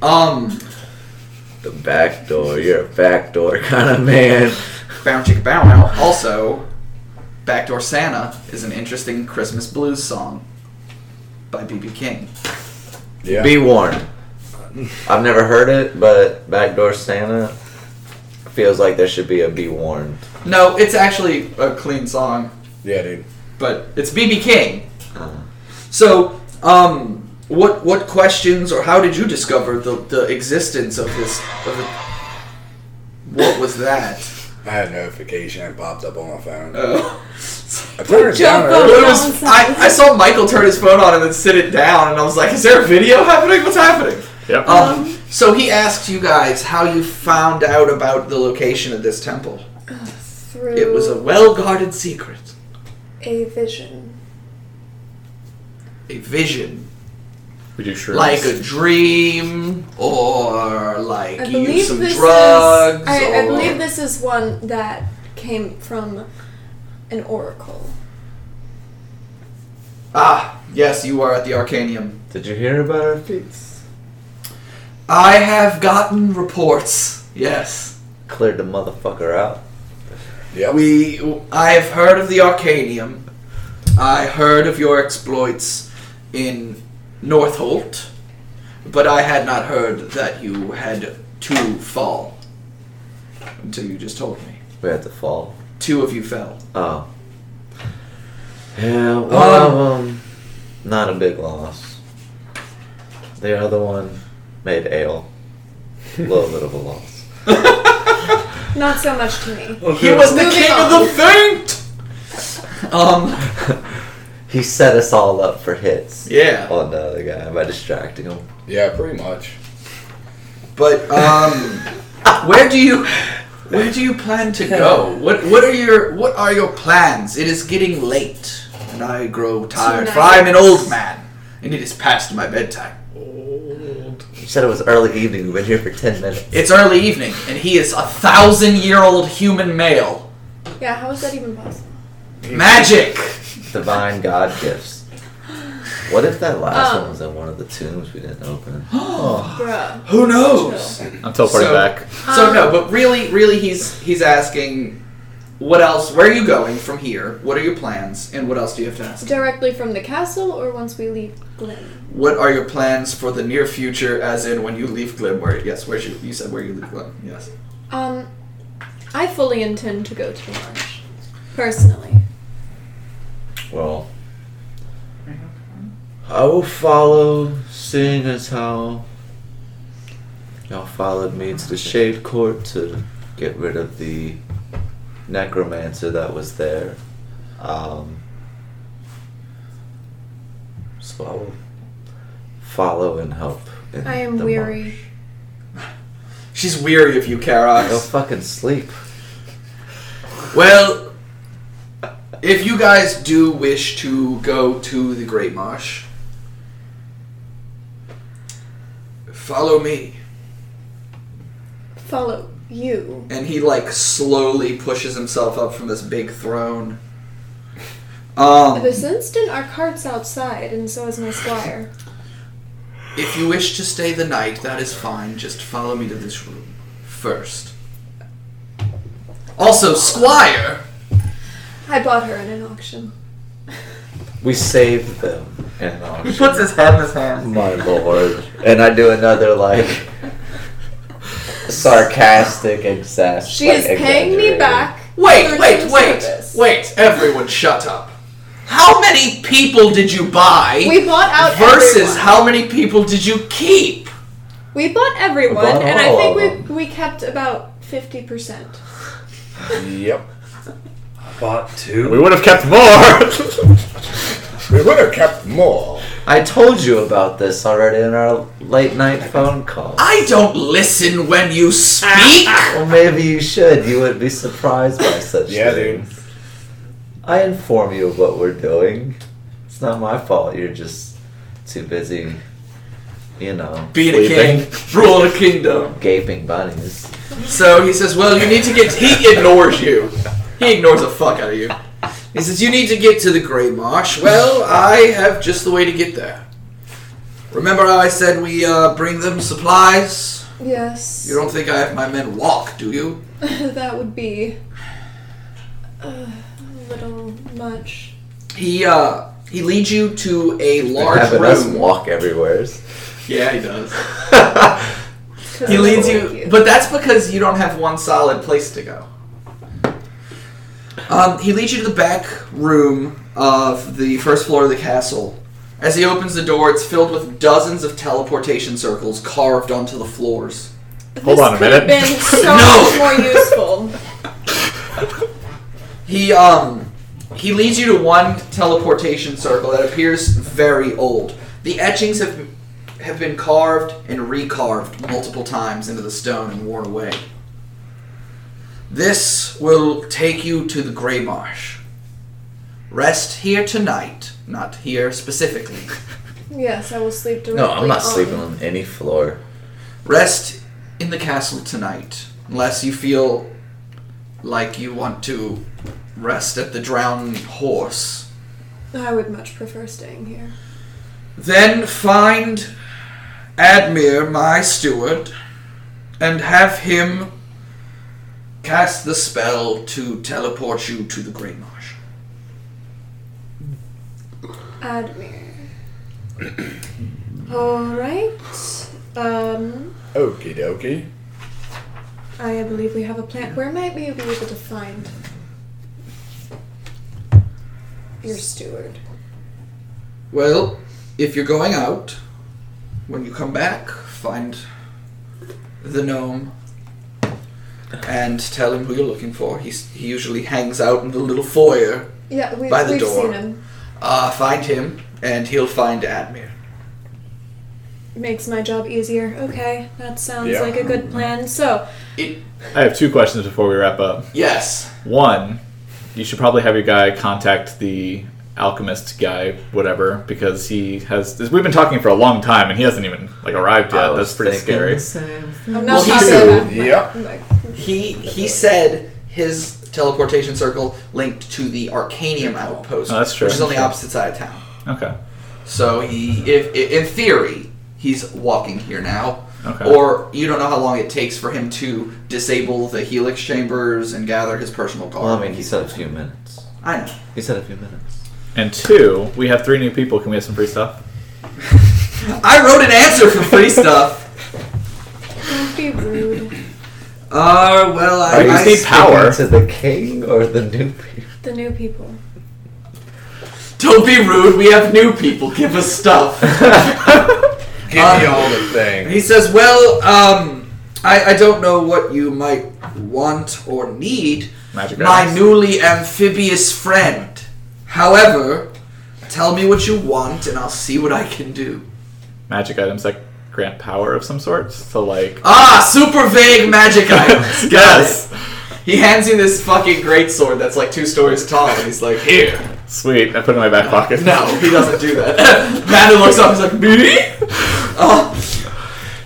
Um,
The back door. You're a back door [laughs] kind of man.
bow chicka bow wow. Also, Backdoor Santa is an interesting Christmas blues song by B.B. King.
Yeah.
Be warned. I've never heard it, but backdoor Santa feels like there should be a be warned.
No, it's actually a clean song.
yeah, dude.
but it's BB King.
Uh.
So, um, what what questions or how did you discover the, the existence of this? Of the, what was that?
I had a notification. It popped up on my phone.
Oh.
I turned it down.
Jump
earlier.
It was- I, I saw Michael turn his phone on and then sit it down, and I was like, "Is there a video happening? What's happening?"
Yep.
Um, so he asked you guys how you found out about the location of this temple.
Through
It was a well guarded secret,
a vision.
a vision,
we do shrooms.
like a dream, or like
I
you
believe
use some
this
drugs.
is. I,
or-
I believe this is one that came from an oracle.
Ah, yes, you are at the Arcanium.
Did you hear about our feats?
I have gotten reports. Yes.
Cleared the motherfucker out.
Yep.
We I have heard of the Arcanium. I heard of your exploits in Northolt, but I had not heard that you had two fall until you just told me.
We had to fall.
Two of you fell.
Oh. Yeah, one
Um.
of them, not a big loss. The other one
[laughs]
made ale. A little bit of a loss.
Not so much to me.
He was the
Moving
king of
on.
the faint.
[laughs]
Um.
He set us all up for hits
Yeah.
on Oh, the other guy by distracting him.
Yeah, pretty much.
But um, where do you where do you plan to go? What what are your what are your plans? It is getting late, and I grow tired. For
Tonight.
I'm an old man, and it is past my bedtime.
Old.
You said it was early evening. We've been here for ten minutes.
It's early evening, and he is a thousand year old human male.
Yeah, how is that even possible?
Magic!
Divine God gifts. What if that last
Oh.
one was in one of the tombs we didn't open?
Ah.
Bruh.
Who knows?
I'm teleporting
So-
back.
So
Um,
no, but really, really, he's he's asking, what else? Where are you going from here? What are your plans? And what else do you have to ask?
Directly from the castle or once we leave Glen?
What are your plans for the near future? As in, when you leave Glim, where yes, where you you said where you leave Glim? Yes.
Um, I fully intend to go to the lodge. Personally.
Well, I will follow, seeing as how y'all followed me to the Shade Court to get rid of the necromancer that was there. Um, so I will follow and help. in
I am
the
weary.
She's weary of you,
march. Go
Karos.
fucking sleep.
Well, if you guys do wish to go to the Great Marsh, follow me.
Follow you.
And he like slowly pushes himself up from this big throne. Um,
This instant, our cart's outside, and so is my squire.
if you wish to stay the night, that is fine. Just follow me to this room first. Also, Squire.
I bought her at an auction.
We saved them. And um, all shit.
his head in his hand.
My lord. And I do another like sarcastic exas-
She
like,
is paying me
exaggerated.
back. for
Wait, wait,
this
wait,
service.
wait! Everyone, shut up. How many people did you buy?
We bought out
versus
everyone.
how many people did you keep?
We bought everyone,
Bought
and I
all
think
of
we, we kept about 50%.
Yep.
I bought two.
We would have kept more.
We would have kept more.
I told you about this already in our late night phone call.
I don't listen when you [laughs] speak.
Well, maybe you should. You would be surprised by such
Yeah, dude.
things. I inform you of what we're doing. It's not my fault. You're just too busy, you know,
Being a
Sleeping.
king, rule of the kingdom.
gaping bunnies.
So he says, "Well, you need to get." He ignores you. He ignores the fuck out of you. He says, "You need to get to the Grey Marsh." Well, I have just the way to get there. Remember how I said we uh, bring them supplies?
Yes.
You don't think I have my men walk, do you?
[laughs] that would be uh, a little much.
He uh, he leads you to a large
Having us
room.
walk everywhere.
Yeah, he does.
'cause
He
I
leads
don't
you,
like
but that's because you don't have one solid place to go. Um, he leads you to the back room of the first floor of the castle. As he opens the door, it's filled with dozens of teleportation circles carved onto the floors.
Hold
this
on a
could have
minute.
been so
No.
much more useful.
He um, he leads you to one teleportation circle that appears very old. The etchings have have been carved and recarved multiple times into the stone and worn away. This will take you to the Grey Marsh. Rest here tonight, not here specifically.
Yes, I will sleep directly.
No, I'm not sleeping
on
on any floor.
Rest in the castle tonight, unless you feel like you want to rest at the drowned horse.
I would much prefer staying here.
Then find Admir, my steward, and have him cast the spell to teleport you to the Great Marsh.
Admir. [clears throat] Alright. Um,
Okie dokie.
I believe we have a plan. Where might we be able to find your steward?
Well, if you're going out, when you come back, find the gnome and tell him who you're looking for. He's, he usually hangs out in the little foyer.
Yeah, we,
By the
we've
door.
seen him.
Uh, find him, and he'll find Admir.
Makes my job easier. Okay, that sounds
Yeah.
like a good plan. So,
I have two questions before we wrap up.
Yes.
One, you should probably have your guy contact the alchemist guy, whatever, because he has. This, we've been talking for a long time, and he hasn't even like arrived
I
yet.
was
That's pretty
thinking
scary.
the same thing.
I'm
Well,
not
he
talking about.
Yep.
He he said his teleportation circle linked to the Arcanium outpost,
Oh, that's true.
which is on the opposite side of town.
Okay.
So he, if i- in theory, he's walking here now.
Okay.
Or you don't know how long it takes for him to disable the helix chambers and gather his personal guard.
Well, I mean, he said a few minutes.
I know.
He said a few minutes.
And two, we have three new people. Can we have some
[laughs]
free stuff?
I wrote an answer for free stuff.
Don't be rude.
Uh, well, I,
Are you
I
Steve
Speaking
power.
to the king or the new people?
The new people.
don't be rude. We have new people. Give us stuff. Uh,
Give me all the
And he
things.
says, "Well, um, I, I don't know what you might want or need,
Magic
my
items.
newly amphibious friend. However, tell me what you want, and I'll see what I can do."
Magic items that grant power of some sort. So like.
Ah, super vague
[laughs]
magic items. Got
[laughs] yes.
it. He hands you this fucking great sword that's like two stories tall, and he's like, "Here."
Sweet. I put it in my back pocket.
No, he doesn't do that. [laughs] Madden looks up, he's like, "Me?" Oh,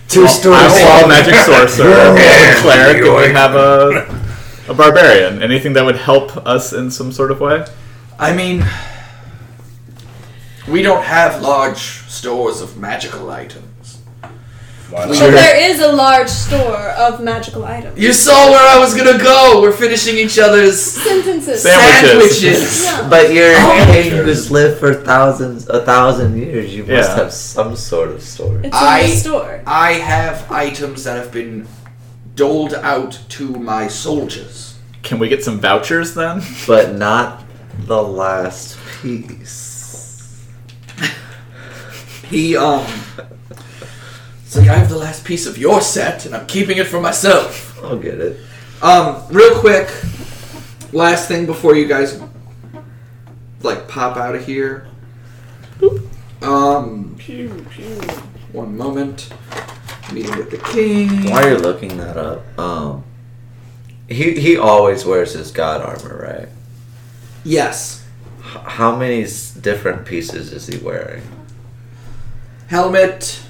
Two
I'm
stories.
[laughs]
a magic sorcerer, a cleric, and we have a,
[laughs]
a barbarian. Anything that would help us in some sort of way?
I mean, we don't have large stores of magical items.
Why
Well,
not?
there is a large store of magical items.
You saw where I was gonna go. We're finishing each other's
Sentences.
Sam- Sandwiches.
sandwiches.
[laughs]
Yeah.
But you're
Oh.
a king who's lived for thousands, a thousand years. You must
Yeah.
have some sort of story.
It's
I-
in the store.
I have items that have been doled out to my soldiers.
Can we get some vouchers then?
But not the last piece.
He um, it's like I have the last piece of your set, and I'm keeping it for myself.
I'll get it.
Um, real quick, last thing before you guys like pop out of here. Um, one moment. Meeting with the king.
While you're looking that up, um, he he always wears his god armor, right?
Yes,
H- how many s- different pieces is he wearing?
helmet.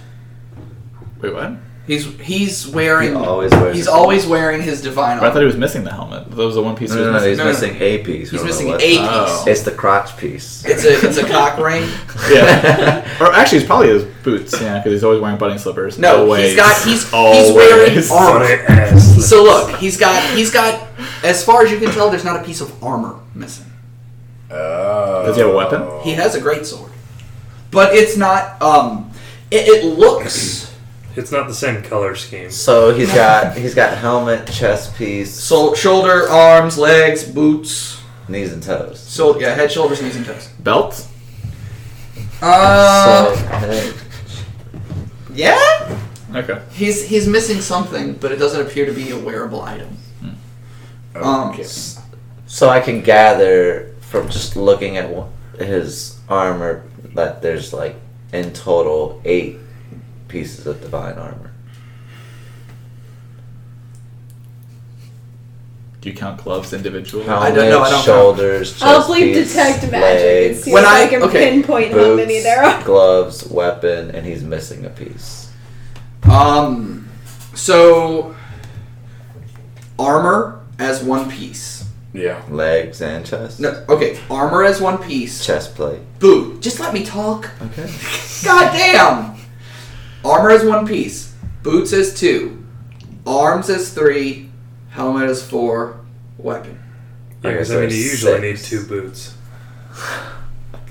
Wait, what?
He's he's wearing.
He always wears
he's
it.
always wearing his divine.
Oh, I thought
Armor.
he was missing the helmet. That was the one piece
No,
he was
no, no, he's
missing.
no, no.
missing a piece.
He's
I don't know
missing
what-
a piece.
Oh.
It's the crotch piece.
It's a it's a cock ring. [laughs]
Yeah. or actually, it's probably his boots. Yeah, because he's always wearing bunny slippers.
No,
always.
he's got he's
Always.
he's wearing
Funny
armor.
ass.
So look, he's got he's got. As far as you can tell, there's not a piece of armor missing.
Oh.
Does he have a weapon?
He has a great sword, but it's not. Um, it, it looks
It's not the same color scheme.
[laughs] So he's got he's got helmet, chest piece,
so shoulder, arms, legs, boots.
knees and toes.
So yeah, head, shoulders, knees, and toes.
Belt?
Uh,
so I think-
yeah.
Okay.
He's he's missing something, but it doesn't appear to be a wearable item. Um,
Okay.
so I can gather from just looking at wh- his armor that there's like in total eight pieces of divine armor.
Do you count gloves individually?
Helmet,
don't know, I don't know.
shoulders, chest
I'll bleep
piece,
detect magic and
legs,
see
When
if I,
I-
can
okay,
pinpoint how many
boots,
there are.
gloves, weapon, and he's missing a piece.
Um, so armor as one piece.
Yeah.
Legs and chest.
No, okay, armor as one piece.
Chest plate.
Boot. Just let me talk.
Okay.
God damn. Armor as one piece. Boots as two. Arms as three. Helmet as four. Weapon.
Yeah, because I
Okay,
mean,
so
you usually need
six.
two boots.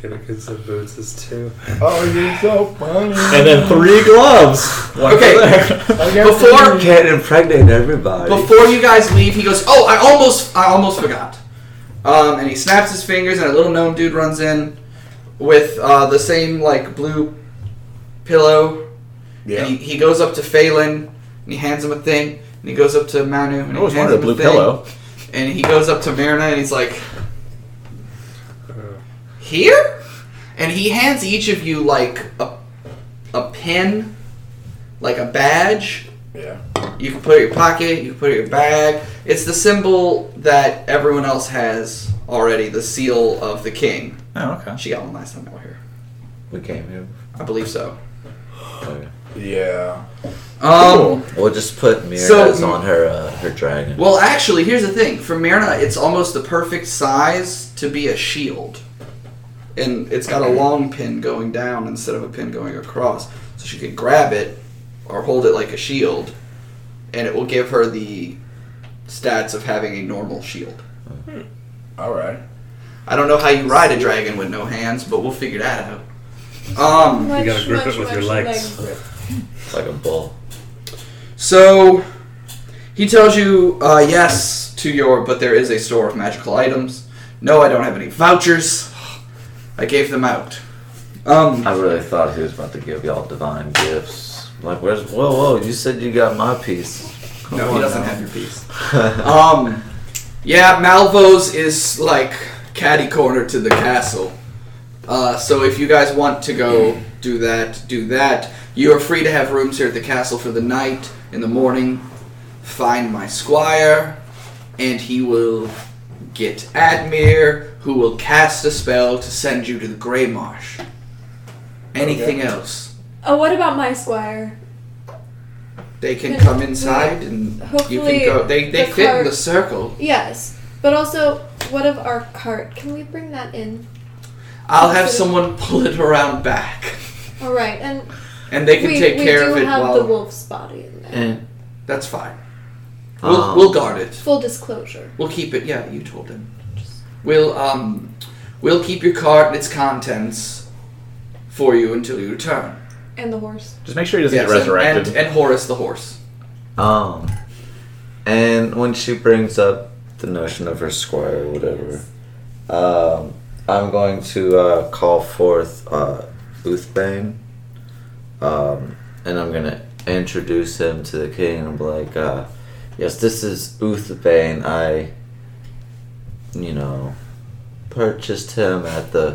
Could have considered boots as two.
Oh, you're so funny.
And then three gloves. One
Okay.
for there.
I got
Before
Can't impregnate everybody.
before you guys leave, he goes, "Oh, I almost I almost forgot." Um, and he snaps his fingers, and a little gnome dude runs in with uh, the same like blue pillow
Yeah.
And he, he goes up to Phelan and he hands him a thing. And he goes up to Manu and
I
he
always
hands
wanted
him
a blue
thing.
pillow.
And he goes up to Marina and he's like,
Uh,
Here? And he hands each of you like a, a pin, like a badge.
yeah.
You can put it in your pocket, you can put it in your bag. It's the symbol that everyone else has already, the seal of the king.
Oh, okay.
She got one last time I were here.
We came here.
I believe so.
Okay.
Yeah.
Um,
We'll just put Mira
So-
as on her uh, her dragon.
well, actually, here's the thing. For Myrna, it's almost the perfect size to be a shield. And it's got a long pin going down instead of a pin going across. So she could grab it or hold it like a shield, and it will give her the stats of having a normal shield.
All right.
I don't know how you ride a dragon with no hands, but we'll figure that out. Um,
Much,
gotta grip it
much,
with your
much
legs.
leg grip.
It's like a bull.
So he tells you uh, yes to your, but there is a store of magical items. No, I don't have any vouchers. I gave them out. Um,
I really thought he was about to give y'all divine gifts. Like, where's whoa whoa? You said you got my piece. Come
no, he
on
doesn't
now.
have your piece. [laughs] Um, yeah, Malvo's is like caddy corner to the castle. Uh, so if you guys want to go do that, do that. You are free to have rooms here at the castle for the night. In the morning, find my squire, and he will get Admir, who will cast a spell to send you to the Grey Marsh. Anything else?
Oh, what about my squire?
They can
Can
come
we-
inside and you
hopefully
can go. They, they
the
fit in
clerk-
the circle.
Yes, but also, what of our cart? Can we bring that in?
I'll have someone pull it around back.
All right, and
And they can
we,
take
we
care
do
of it
have
while.
the wolf's body in there.
And
That's fine. We'll,
Um,
we'll guard it.
Full disclosure.
We'll keep it. Yeah, you told him. We'll um, we'll keep your cart and its contents for you until you return.
And the horse.
Just make sure he doesn't
Yes,
get
and-
resurrected.
And, and Horus the horse.
um, and when she brings up the notion of her squire or whatever, um, I'm going to uh, call forth uh, Uthbane, um, and I'm gonna introduce him to the king and be like, uh, "Yes, this is Uthbane. I, you know, purchased him at the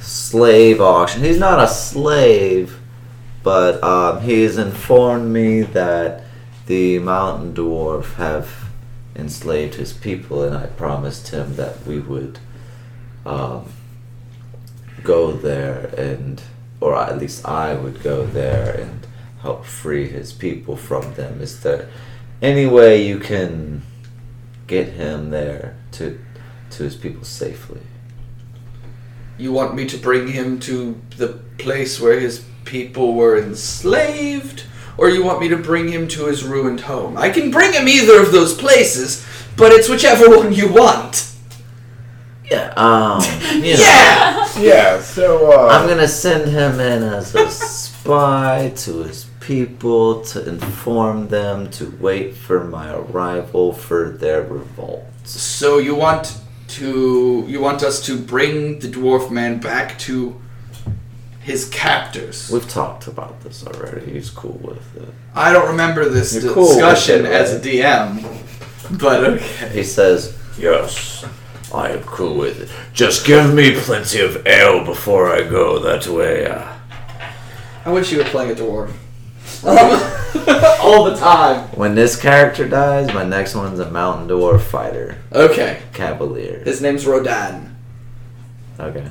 slave auction. He's not a slave." but um, he has informed me that the mountain dwarf have enslaved his people, and I promised him that we would um, go there and, or at least I would go there and help free his people from them. Is there any way you can get him there to to his people safely?
You want me to bring him to the place where his people were enslaved, or you want me to bring him to his ruined home? I can bring him either of those places, but it's whichever one you want.
Yeah. Um, [laughs] you know.
Yeah.
Yeah. So. Uh,
I'm gonna send him in as a spy to his people to inform them to wait for my arrival for their revolt.
So you want to you want us to bring the dwarf man back to his captors.
We've talked about this already. He's cool with it.
I don't remember this
You're cool with
discussion
it, right?
as a DM, but okay.
He says, "Yes, I am cool with it. Just give me plenty of ale before I go. That way, uh,
I wish you were playing a dwarf. [laughs] All the time.
when this character dies, my next one's a mountain dwarf fighter
Okay.
cavalier."
His name's Rodan.
Okay,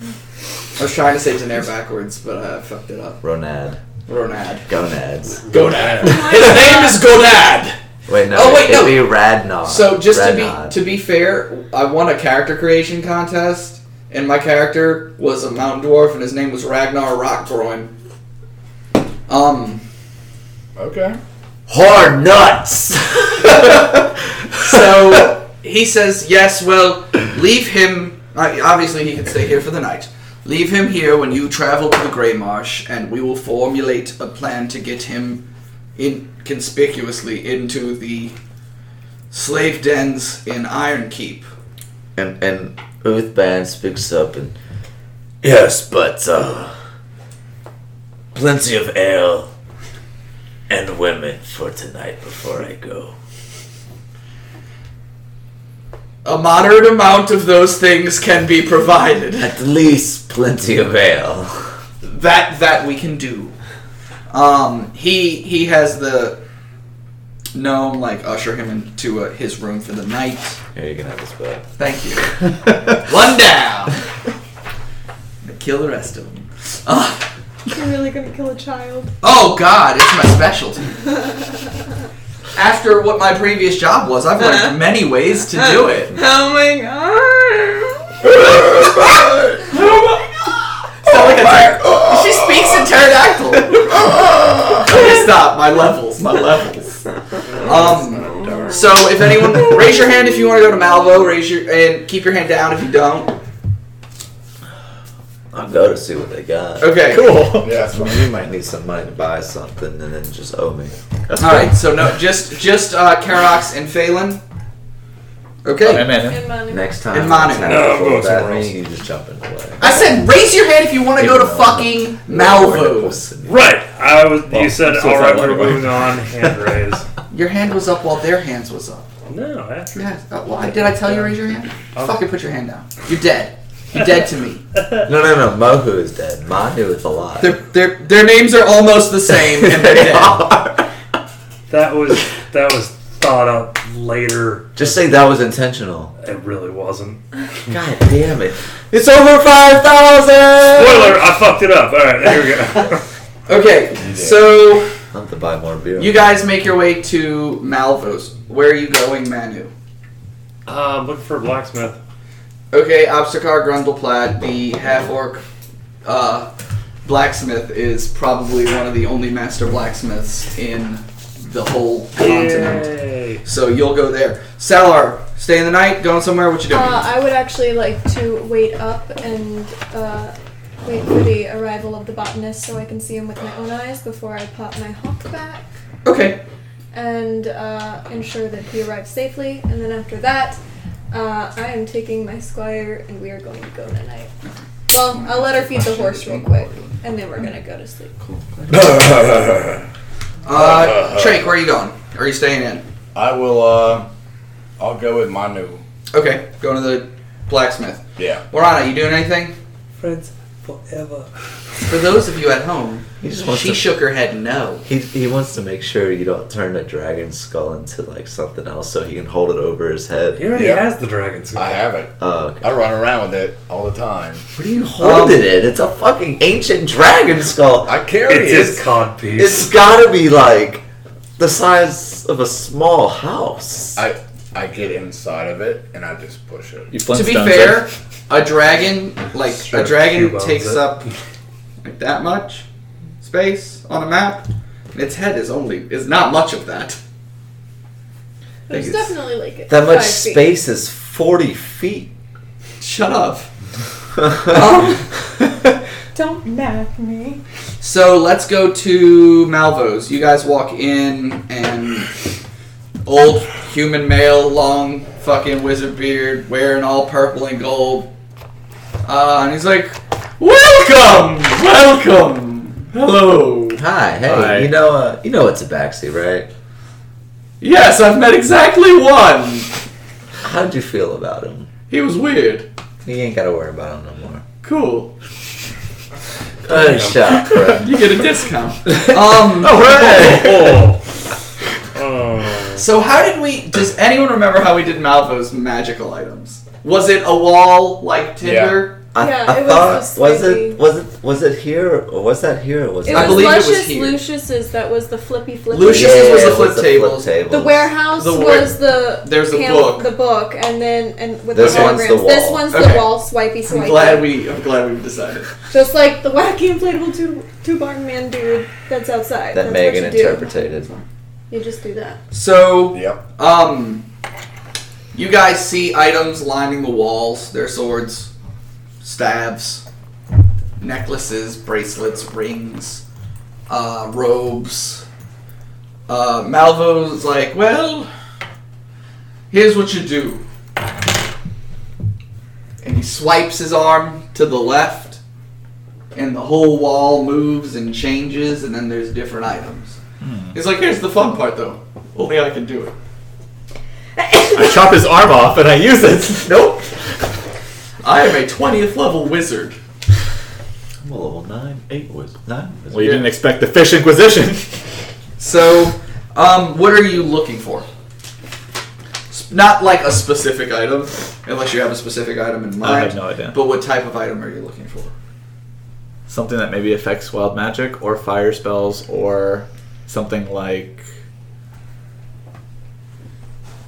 I was trying to say Daenerys backwards, but I fucked it up.
Ronad,
Ronad.
gonads.
[laughs]
Gonad.
[laughs] His name is Gonad!
Wait, no,
Oh, wait,
it'd
no.
be Radnod.
So just
Radnod.
to be to be fair, I won a character creation contest, and my character was a mountain dwarf, and his name was Ragnar Rockgroin. Um,
okay.
Hard nuts!
so he says, "Yes, well, leave him. I- Obviously, he can stay here for the night. Leave him here when you travel to the Grey Marsh, and we will formulate a plan to get him in conspicuously into the slave dens in Ironkeep."
and and Uthban speaks up and yes, but uh, plenty of ale and women for tonight before I go.
A moderate amount of those things can be
[laughs]
provided.
At least plenty of ale.
That that we can do. Um, he he has the gnome like usher him into uh, his room for the night.
Here you can have this back.
[laughs] Thank you. One down. kill the rest of them.
You're really gonna kill a child.
Uh, oh God, it's my specialty. After what my previous job was, I've learned many ways to do it.
Uh-huh. [laughs] Oh my god.
[laughs]
Oh
Sound like a pter- she speaks in pterodactyl. [laughs] okay, stop. My levels. My levels. Um. So if anyone raise your hand if you want to go to Malvo, raise your and keep your hand down if you don't.
I'll go to see what they got.
Okay.
Cool.
Yeah, that's
You
fine. [laughs]
might need some money to buy something and then just owe me.
That's
All right. So no, just just uh, Karox and Phelan. Okay.
Hey, man.
And money.
Next time.
And money.
it's not
No, I'm
full,
going
that
somewhere
means You just jump in the way.
I said, raise your hand if you want to go to fucking Malvo's.
Right. I was.
Well,
you said
so is
all right.
that
We're
anyway."
moving
[laughs]
on. Hand raise.
Your hand was up while their hands was up.
No. After.
Yeah. uh, Why did I tell you to raise your hand?
Oh.
Fucking put your hand down. You're dead. You're dead to me.
No, no, no. Mohu is dead. Manu is alive.
Their their their names are almost the same, and they're
[laughs] They
dead.
[laughs] are.
That was that was thought up later.
Just say that was intentional.
It really wasn't.
God damn it. It's over 5,000!
Spoiler. I fucked it up. All right. Here we go. [laughs]
Okay. So
I'll have to buy more beer.
you guys make your way to Malvo's. Where are you going, Manu?
uh, looking for a blacksmith.
Okay, Obstacar Grundleplatt, the half orc uh, blacksmith, is probably one of the only master blacksmiths in the whole continent.
Yay.
So you'll go there. Salar, stay in the night, going somewhere, what you doing?
Uh, I would actually like to wait up and uh, wait for the arrival of the botanist so I can see him with my own eyes before I pop my hawk back
okay.
and uh, ensure that he arrives safely. And then after that, uh, I am taking my squire and we are going to go tonight. Well, I'll let her feed the horse real quick and then we're gonna go to sleep.
Uh, Trank, where are you going? Are you staying in?
I will. uh... I'll go with Manu.
Okay, going to the blacksmith.
Yeah.
Morana, you doing anything?
Friends forever.
For those of you at home,
He just wants
she
to-
shook her head no.
He, he wants to make sure you don't turn a dragon skull into like something else so he can hold it over his head.
He already
Yeah.
has the dragon skull.
I have it.
Oh, okay.
I run around with it all the time.
What are you holding it? Um, It's a fucking ancient dragon skull.
I carry
It's
it.
his codpiece.
It's gotta be like the size of a small house.
I I get inside of it and I just push it.
You
To be
Flintstones
fair,
it.
a dragon like
Sure,
a dragon
Cuba owns
takes
it.
up like that much space on a map. And its head is only is not much of that. [laughs] I think
It's
it's-
definitely like it.
that much
five feet.
space is 40 [laughs] feet.
Shut up.
Um,
Don't math me.
So let's go to Malvo's. You guys walk in and old human male, long fucking wizard beard, wearing all purple and gold. Uh, and he's like, "Welcome, welcome, hello."
Hi, hey,
Hi.
you know, uh, you know it's a backseat, right?
Yes, I've met exactly one.
How'd you feel about him?
He was weird.
You ain't gotta worry about him no more.
Cool.
Good shot, [laughs] bro.
You get a discount. um.
[laughs]
oh. oh.
So how did we? Does anyone remember how we did Malvo's magical items? Was it a wall like Tinder?
I,
Yeah,
I
it was
thought
so
was
slightly-
it was it was it here or was that here or was
It
that
I
was
believe it was
Lucius
here.
Lucius's that was the flippy flippy.
Lucius
Yeah,
was the
it
flip tables.
tables.
The warehouse
The ware-
was the
There's the
panel-
book.
the book, and then and with
This
the
one's
holograms.
the
This
wall.
one's
Okay.
the wall, swipey swipey.
I'm glad we. I'm glad we decided.
Just like the wacky inflatable two two barn man dude that's outside.
that
that's
Megan
what you
interpreted?
Do. You just do that.
So,
Yep.
um, you guys see items lining the walls. Their swords, staves, necklaces, bracelets, rings, uh, robes. Uh, Malvo's like, well, here's what you do. And he swipes his arm to the left, and the whole wall moves and changes, and then there's different items. He's like, here's the fun part though. Only I can do it.
I chop his arm off and I use [laughs] it.
Nope. I am a 20th level wizard.
I'm a level nine, eight was nine. Was
Well, you didn't expect the fish inquisition. [laughs]
So, um, what are you looking for? S- Not like a specific item, unless you have a specific item in mind.
I have no idea.
But what type of item are you looking for?
something that maybe affects wild magic or fire spells or something like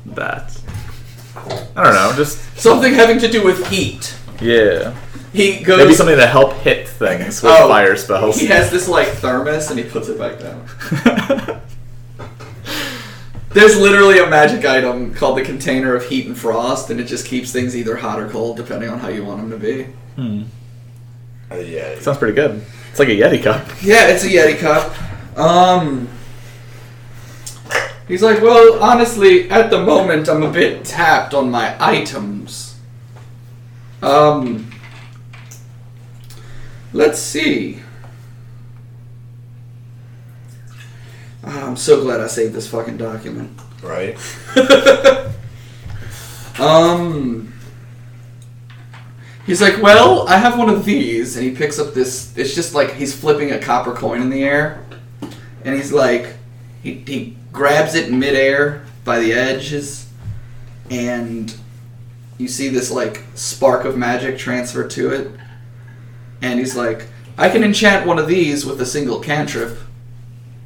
that. I don't know, just
Something having to do with heat.
yeah.
He goes.
Maybe something to help hit things with
Oh,
fire
[laughs]
spells.
He has this like thermos and he puts it back down. There's literally a magic item called the container of heat and frost, and it just keeps things either hot or cold depending on how you want them to be.
hmm.
Uh,
[laughs]
yeah.
Sounds pretty good. It's like a Yeti cup.
Yeah, it's a Yeti cup. Um, he's like, well, honestly, at the moment, I'm a bit tapped on my items. Um, let's see. Ah, I'm so glad I saved this fucking document.
Right.
um, he's like, well, I have one of these, and he picks up this. It's just like he's flipping a copper coin in the air, and he's like, he he grabs it midair by the edges, and you see this like spark of magic transfer to it, and he's like, I can enchant one of these with a single cantrip,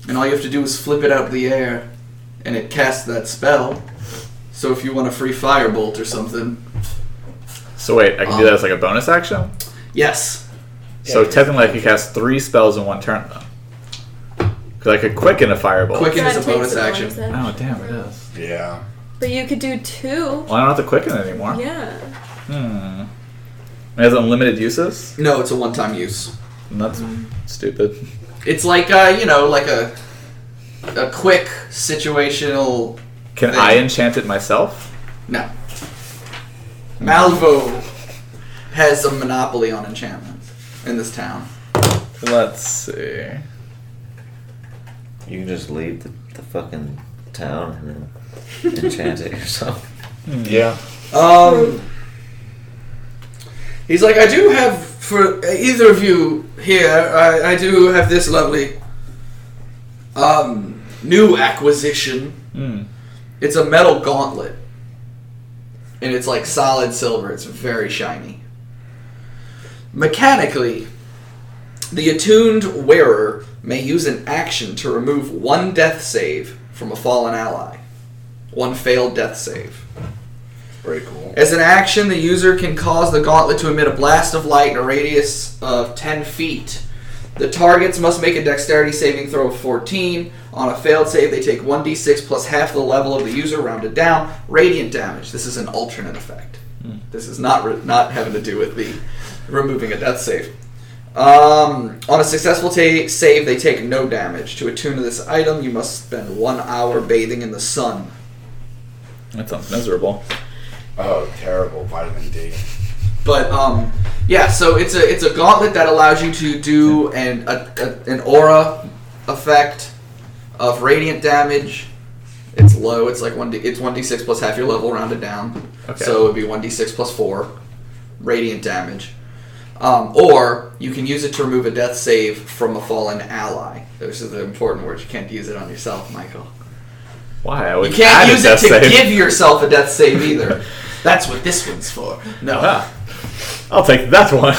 and all you have to do is flip it out of the air, and it casts that spell. So if you want a free firebolt or something,
So wait, I can do that as like a bonus action?
yes.
So technically I could cast three spells in one turn though. Because I could quicken a firebolt.
Quicken is
That
a
takes
bonus action.
Oh damn it is.
Yeah.
But you could do two.
Well I don't have to quicken it anymore.
Yeah.
Hmm. It has unlimited uses?
No, it's a one-time use.
And that's
Mm-hmm.
stupid.
It's like uh, you know, like a a quick situational.
Can
Thing.
I enchant it myself?
No, Malvo has a monopoly on enchantments in this town.
Let's see.
You can just leave the, the fucking town and then enchant [laughs] it yourself.
Yeah.
Um, he's like, I do have for either of you here. I, I do have this lovely um new acquisition.
Hmm.
It's a metal gauntlet. And it's like solid silver. It's very shiny. Mechanically, the attuned wearer may use an action to remove one death save from a fallen ally. One failed death save.
Very cool.
As an action, the user can cause the gauntlet to emit a blast of light in a radius of 10 feet. The targets must make a dexterity saving throw of 14. On a failed save, they take 1d6 plus half the level of the user rounded down, radiant damage. This is an alternate effect. This is not re- not having to do with the removing a death save. Um, on a successful ta save, they take no damage. To attune to this item, you must spend one hour bathing in the sun.
That sounds miserable.
Oh, terrible vitamin D.
But um, yeah. So it's a it's a gauntlet that allows you to do an a, a, an aura effect of radiant damage. It's low. It's like one. D, it's one d six plus half your level rounded down.
Okay.
So it'd be one d six plus four radiant damage. Um, or you can use it to remove a death save from a fallen ally. Those are the important words. You can't use it on yourself, Michael.
Why? I would
You can't
add a
use it
Oh, death
to
save.
give yourself a death save
[laughs]
either. That's what this one's for. No.
Ah, I'll take that [laughs] one.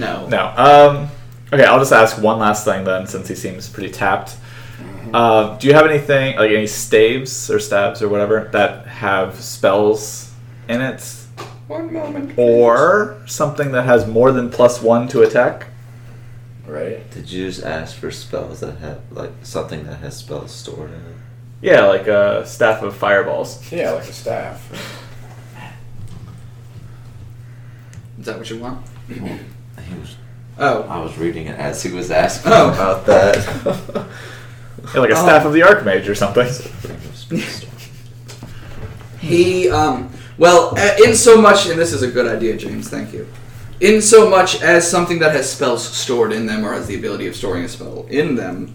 No.
No. Um, okay, I'll just ask one last thing then, since he seems pretty tapped.
Mm-hmm.
Uh, do you have anything like any staves or stabs or whatever that have spells in it,
One moment.
or something that has more than plus one to attack?
Right.
Did you just ask for spells that have like something that has spells stored in it?
Yeah, like a staff of fireballs.
Yeah, like a staff.
Is that what you want?
He was,
Oh.
I was reading it as he was asking
Oh.
about [laughs] that.
Yeah, like a
Oh.
staff of the archmage or something.
He, um, well, uh, in so much, and this is a good idea, James, thank you. In so much as something that has spells stored in them or has the ability of storing a spell in them,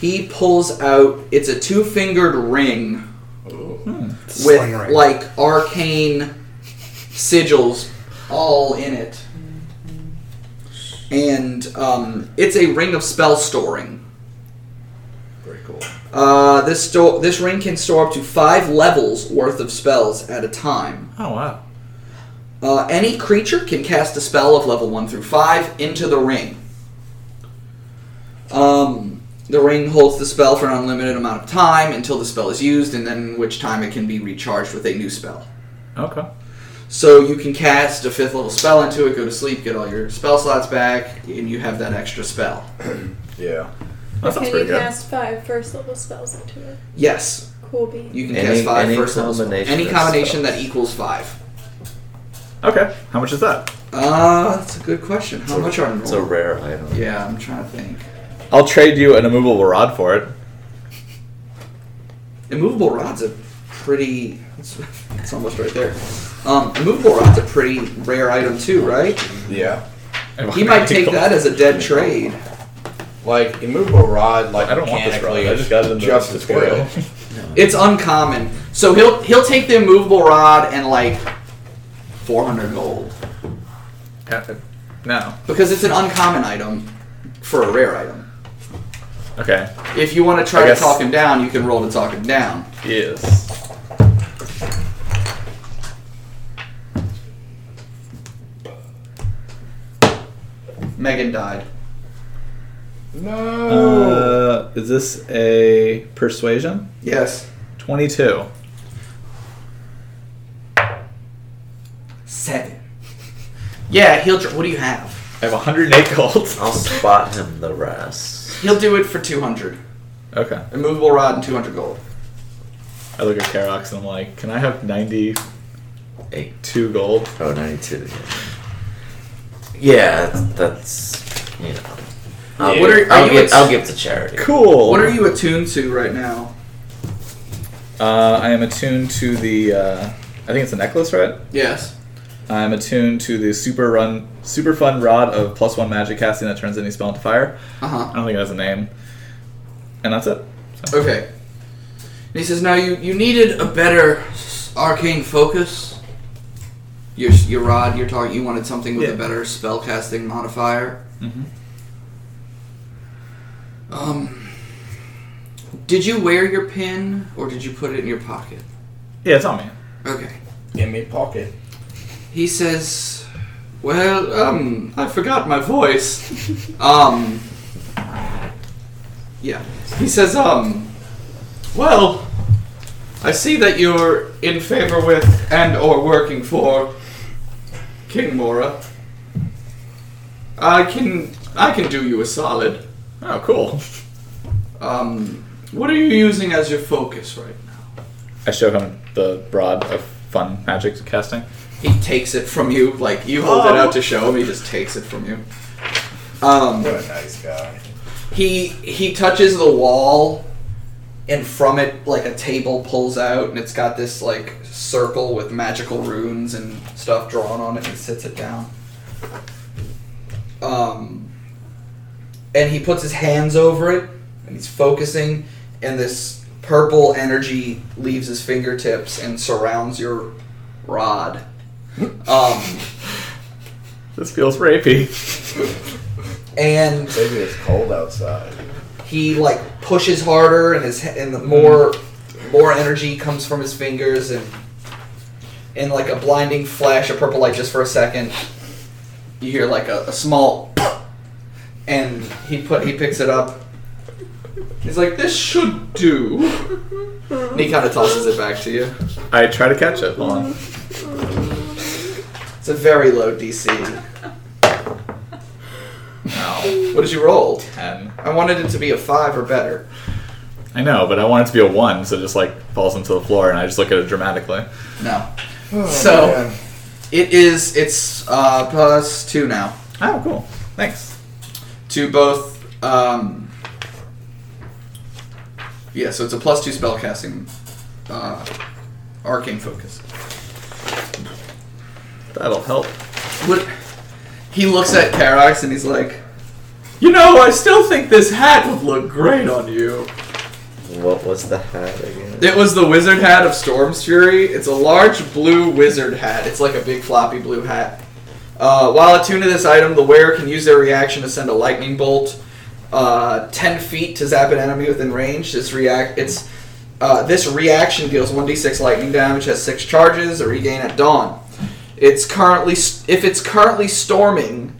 he pulls out, it's a two fingered ring
Ooh.
Sling
with
ring.
like arcane sigils all in it. And um, it's a ring of spell storing.
Very cool.
Uh, this sto- this ring can store up to five levels worth of spells at a time.
Oh wow.
Uh, any creature can cast a spell of level one through five into the ring. Um, the ring holds the spell for an unlimited amount of time until the spell is used, and then which time it can be recharged with a new spell.
Okay.
So you can cast a fifth level spell into it, go to sleep, get all your spell slots back, and you have that extra spell.
Yeah.
That sounds
and
pretty
you
good.
cast five first level spells into it.
Yes,
Cool beans.
you can
Any-
cast five
any
first level spells.
combination
Any
of
combination that
spells.
equals five.
Okay. How much is that?
Uh, that's a good question. How much are
It's a rare item.
Yeah, I'm trying to think.
I'll trade you an immovable rod for it.
Immovable rod's a pretty. It's, it's almost right there. Um, immovable rod's a pretty rare item too, right?
Yeah.
He might take that as a dead trade.
Like immovable rod, like
I don't want this rod.
mechanically,
I just got it in the
just as
tutorial.
good.
[laughs]
It's uncommon, so he'll he'll take the immovable rod and like 400 gold
Yeah. No.
because it's an uncommon item for a rare item.
Okay.
If you want to
I
try to
guess-
talk him down, you can roll to talk him down.
Yes.
Megan died.
No.
Uh, is this a persuasion?
Yes.
Twenty-two.
Seven. Yeah, he'll. dr- What do you have?
I have 108 [laughs] gold.
I'll spot him the rest.
He'll do it for 200.
Okay.
Immovable rod and 200 gold.
I look at Karox and I'm like, can I have 92
Eight.
gold?
Oh, 92. Yeah, yeah that's, you know. I'll,
Uh, What are- are
I'll,
you
give,
ex-
I'll give to charity.
Cool.
What are you attuned to right now?
Uh, I am attuned to the. Uh, I think it's a necklace, right?
Yes.
I'm attuned to the super run, super fun rod of plus one magic casting that turns any spell into fire.
Uh
I
huh.
don't think it has a name. And that's it.
Okay. And he says, now you, you needed a better s- arcane focus. Your, s- your rod, your target, you wanted something with
Yeah.
a better spellcasting modifier.
Mm-hmm.
Um, did you wear your pin or did you put it in your pocket?
Yeah, it's on me.
Okay.
In me pocket.
He says, "Well, um, I forgot my voice. um, yeah." He says, "Um, well, I see that you're in favor with and or working for King Mora. I can I can do you a solid.
Oh, cool.
Um, what are you using as your focus right now?"
I show him the rod of fun magic casting.
He takes it from you, like you hold it out to show him. He just takes it from you. Um.
What a nice guy.
he he touches the wall and from it like a table pulls out and it's got this like circle with magical runes and stuff drawn on it and sits it down um and he puts his hands over it and he's focusing and this purple energy leaves his fingertips and surrounds your rod um
This feels rapey.
and
Maybe it's cold outside.
he like pushes harder and his and the more more energy comes from his fingers and in like a blinding flash of purple light just for a second you hear like a, a small [clears throat] and he put he picks it up he's like this should do and he kind of tosses it back to you
I try to catch it. Hold on.
it's a very low dc
Ow.
what did you roll
Ten.
i wanted it to be a five or better
I know, but I want it to be a one, so it just like falls into the floor, and I just look at it dramatically.
no So-
man.
it is it's uh plus two now
Oh, cool. Thanks.
to both. Um, yeah, so it's a plus two spellcasting, uh, arcane focus.
That'll help.
What? He looks at Karax and he's like,
You know, I still think this hat would look great on you.
What was the hat again?
"It was the wizard hat of Storm's Fury. It's a large blue wizard hat. It's like a big floppy blue hat." Uh, while attuned to this item, the wearer can use their reaction to send a lightning bolt uh, 10 feet to zap an enemy within range. This react it's uh, this reaction deals 1d6 lightning damage, has six charges, a regain at dawn. It's currently s- if it's currently storming,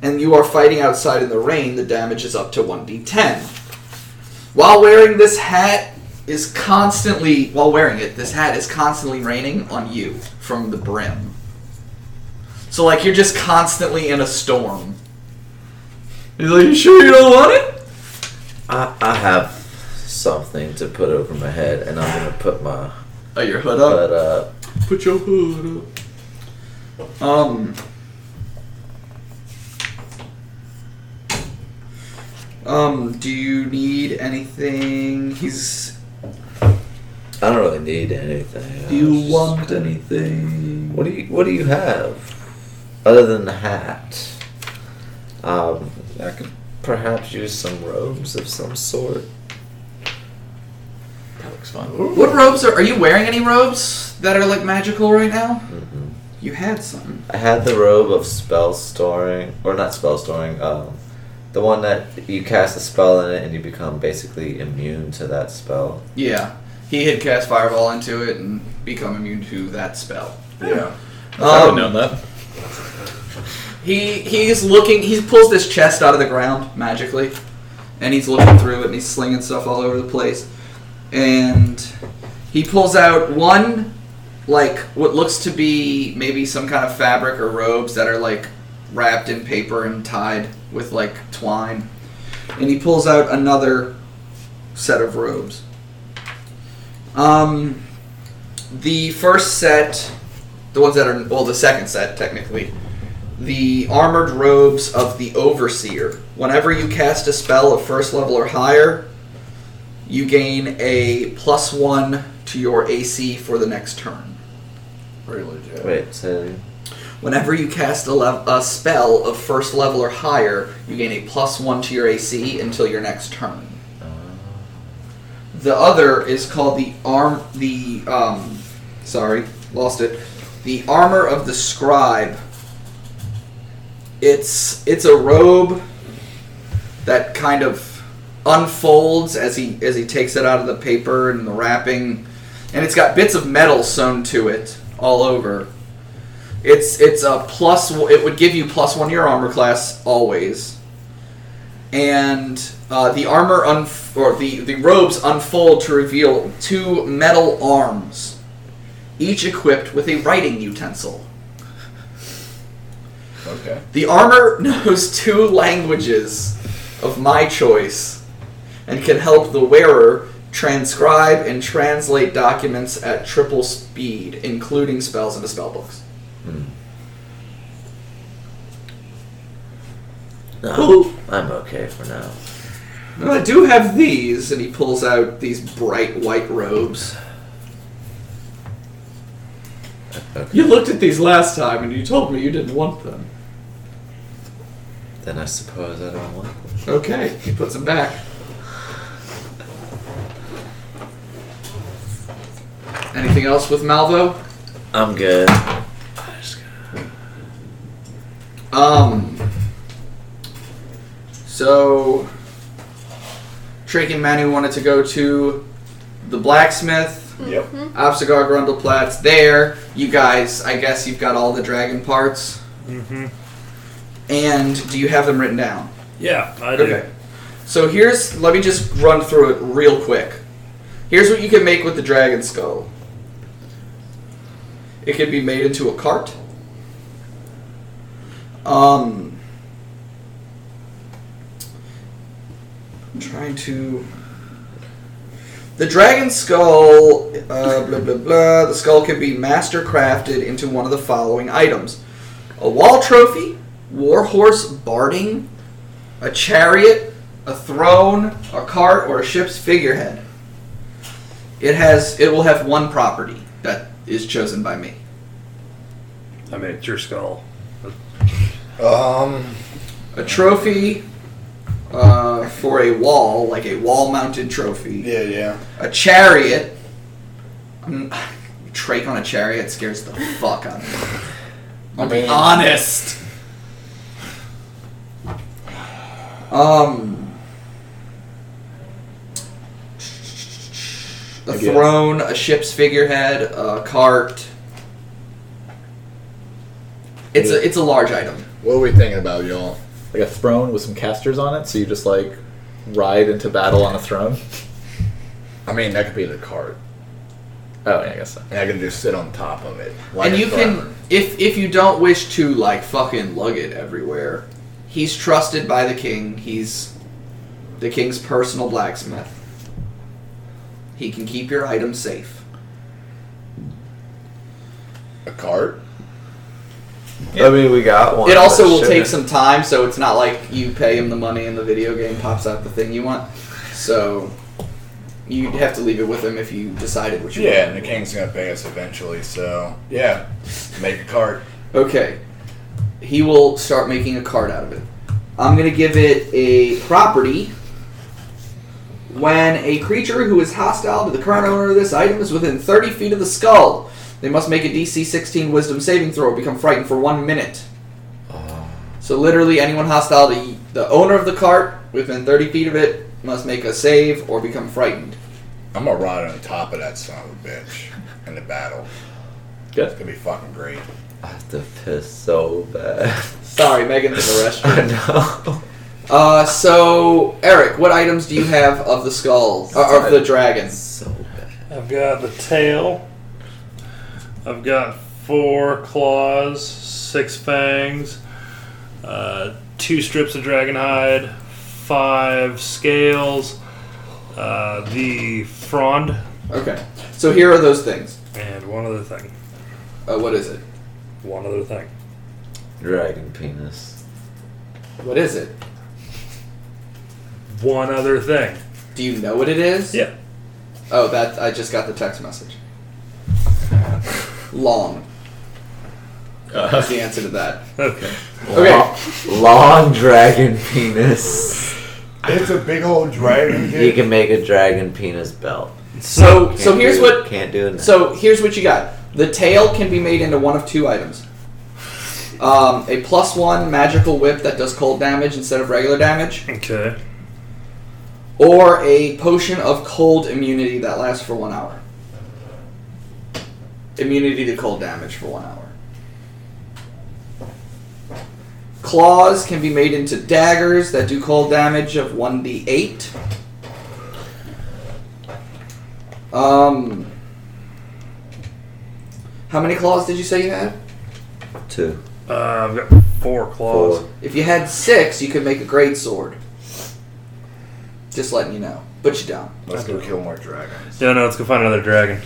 and you are fighting outside in the rain, the damage is up to 1d10. While wearing this hat is constantly, while wearing it, this hat is constantly raining on you from the brim. So, like, you're just constantly in a storm.
He's like, you sure you don't want it?
I, I have something to put over my head, and I'm gonna put my
Oh, your hood up?
butt up.
Put your hood up. Um. Um, do you need anything? He's.
I don't really need
Do
anything. I was
you
just-
want anything?
What do you What do you have other than the hat? Um, I could perhaps use some robes of some sort.
That looks fun. What robes are. Are you wearing any robes that are, like, magical right now?
Mm-hmm.
You had some.
I had the robe of spell storing, or not spell storing. Um, the one that you cast a spell in it and you become basically immune to that spell.
Yeah. He had cast Fireball into it and become immune to that spell.
Yeah.
I
Um,
would known that.
He he's looking. He pulls this chest out of the ground magically, and he's looking through it and he's slinging stuff all over the place. And he pulls out one, like what looks to be maybe some kind of fabric or robes that are like wrapped in paper and tied with like twine. And he pulls out another set of robes. Um, the first set, the ones that are well, the second set technically the armored robes of the overseer. Whenever you cast a spell of first level or higher, you gain a plus one to your AC for the next turn.
Pretty legit.
Wait, so
Whenever you cast a, lev- a spell of first level or higher, you gain a plus one to your AC until your next turn. The other is called the arm. The um, sorry, lost it. The armor of the scribe. It's it's a robe that kind of unfolds as he as he takes it out of the paper and the wrapping, and it's got bits of metal sewn to it all over. It's it's a plus. o- It would give you plus one to your armor class always, and uh, the armor unf- or the the robes unfold to reveal two metal arms, each equipped with a writing utensil.
Okay.
The armor [laughs] knows two languages of my choice and can help the wearer transcribe and translate documents at triple speed, including spells into spellbooks.
no,
Ooh.
I'm okay for now.
Well, I do have these, and he pulls out these bright white robes. You looked at these last time, and you told me you didn't want them.
Then I suppose I don't want. Them.
Okay, he puts them back. Anything else with Malvo?
I'm good.
Um. So, Drake and Manu wanted to go to the blacksmith.
Yep.
Obstagar Grundleplatz there. You guys, I guess you've got all the dragon parts.
Mm-hmm.
And do you have them written down?
Yeah, I do.
So here's, let me just run through it real quick. Here's what you can make with the dragon skull it can be made into a cart. Um. I'm trying to. The dragon skull, uh, blah blah blah. The skull can be master crafted into one of the following items: a wall trophy, war horse barding, a chariot, a throne, a cart, or a ship's figurehead. It has. It will have one property that is chosen by me.
I made your skull.
Um.
A trophy uh, for a wall, like a wall-mounted trophy.
Yeah. Yeah.
A chariot. Mm, Trake on a chariot scares the fuck out of me. I'll be honest. Um. A
Again.
throne, a ship's figurehead, a cart. It's a it's a large item.
What are we thinking about, y'all?
like a throne with some casters on it, so you just like ride into battle on a throne.
I mean, that could be the cart.
Oh, yeah, I guess so.
And I can just sit on top of it.
and you can, if if you don't wish to like fucking lug it everywhere, he's trusted by the king. He's the king's personal blacksmith. He can keep your items safe.
can. A cart?
I mean, we got one.
It also
but
will
shit.
take some time, so it's not like you pay him the money and the video game pops out the thing you want. So you'd have to leave it with him if you decided what you
Yeah, and the
wanted.
king's gonna pay us eventually, so yeah, make a cart.
Okay. He will start making a card out of it. I'm going to give it a property. When a creature who is hostile to the current owner of this item is within 30 feet of the skull, they must make a DC 16 Wisdom saving throw or become frightened for one minute. So literally, anyone hostile to y- the owner of the cart within 30 feet of it must make a save or become frightened.
I'm gonna ride on top of that son of a bitch in the battle. It's
Good.
gonna be fucking great.
I have to piss so bad.
Sorry, Megan's in the
[laughs]
restroom.
I know.
Uh, so Eric, what items do you have of the skull uh, of the dragons?
So bad.
I've got the tail. I've got four claws, six fangs, uh, two strips of dragon hide, five scales, uh, the frond,
Okay, so here are those things.
and one other thing.
Uh, what is it?
One other thing.
Dragon penis.
What is it?
One other thing.
Do you know what it is?
Yeah.
Oh, that I just got the text message. Long is the answer to that.
Uh, Okay.
Okay,
Long dragon penis.
It's a big old dragon.
You can make a dragon penis belt.
so
Can't
so here's
do-
what
can't do it. now.
so here's what you got. The tail can be made into one of two items. Um, a plus one magical whip that does cold damage instead of regular damage.
Okay.
or a potion of cold immunity that lasts for one hour. Immunity to cold damage for one hour. Claws can be made into daggers that do cold damage of 1d8. Um, how many claws did you say you had?
two,
Uh, I've got four claws.
four.
If you had six, you could make a great sword. Just letting you know, but you don't.
Let's go kill more dragons.
Yeah, no, let's go find another dragon.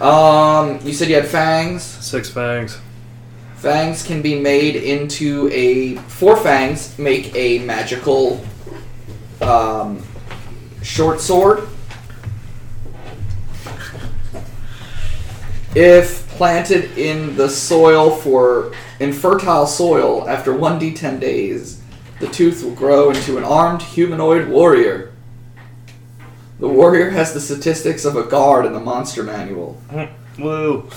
Um, you said you had fangs.
Six fangs.
Fangs can be made into a four fangs make a magical um, short sword. If planted in the soil for infertile soil after 1d10 days, the tooth will grow into an armed humanoid warrior. The warrior has the statistics of a guard in the monster manual.
Woo.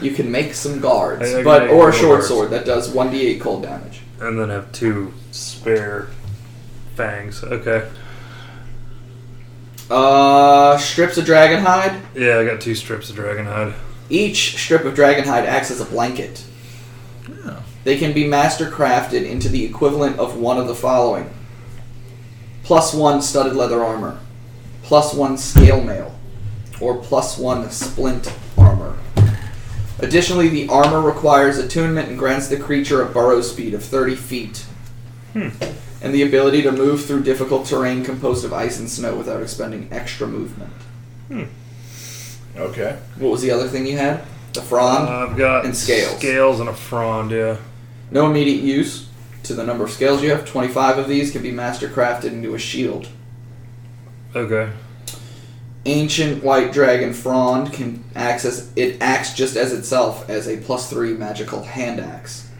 You can make some
I- I
guards,
can
but
make
or a
more
short
guards.
sword that does one d eight cold damage.
And then have two spare fangs. Okay.
Uh, strips of dragon hide.
Yeah, I got two strips of dragon hide.
Each strip of dragon hide acts as a blanket. They can be mastercrafted into the equivalent of one of the following: plus one studded leather armor, plus one scale mail, or plus one splint armor. Additionally, the armor requires attunement and grants the creature a burrow speed of 30 feet. And the ability to move through difficult terrain composed of ice and snow without expending extra movement.
Okay.
What was the other thing you had? The frond?
Uh, I've got
and scales.
scales and a frond. Yeah.
no immediate use to the number of scales you have. 25 of these can be mastercrafted into a shield.
Okay.
Ancient white dragon frond can access it acts just as itself as a plus three magical hand axe.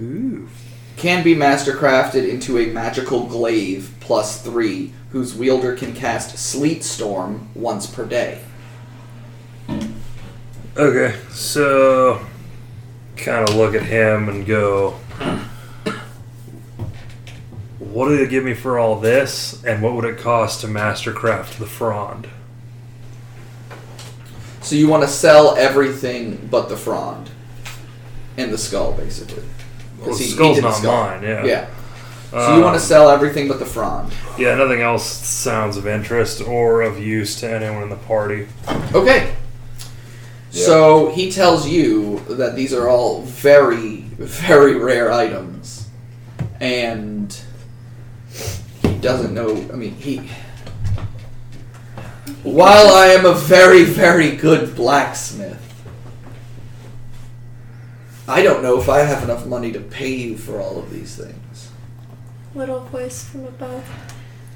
Ooh.
Can be mastercrafted into a magical glaive plus three, whose wielder can cast sleet storm once per day.
Okay. So, kind of look at him and go, "What do they give me for all this? And what would it cost to mastercraft the frond?"
So you want to sell everything but the frond and the skull, basically.
Well,
Because
the
he, he
skull's
did the
not
skull.
mine. Yeah.
Yeah. So you want to
Um,
sell everything but the frond.
Yeah, nothing else sounds of interest or of use to anyone in the party.
Okay. So he tells you that these are all very, very rare items, and he doesn't know. I mean, he. While I am a very, very good blacksmith, I don't know if I have enough money to pay you for all of these things.
Little voice from above.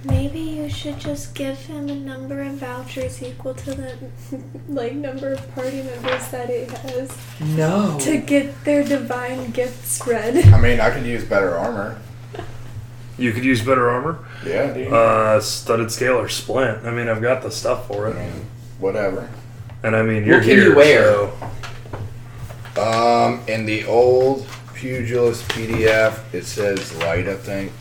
Maybe you should just give him a number of vouchers equal to the [laughs] like number of party members that he has
No.
to get their divine gifts read.
I mean, I could use better armor.
You could use better armor,
Yeah, dude.
uh, studded scale or splint. I mean, I've got the stuff for
I
it,
mean, whatever.
and I mean, you're
can you
here.
wear?
so-
Um, in the old pugilist PDF, it says light. I think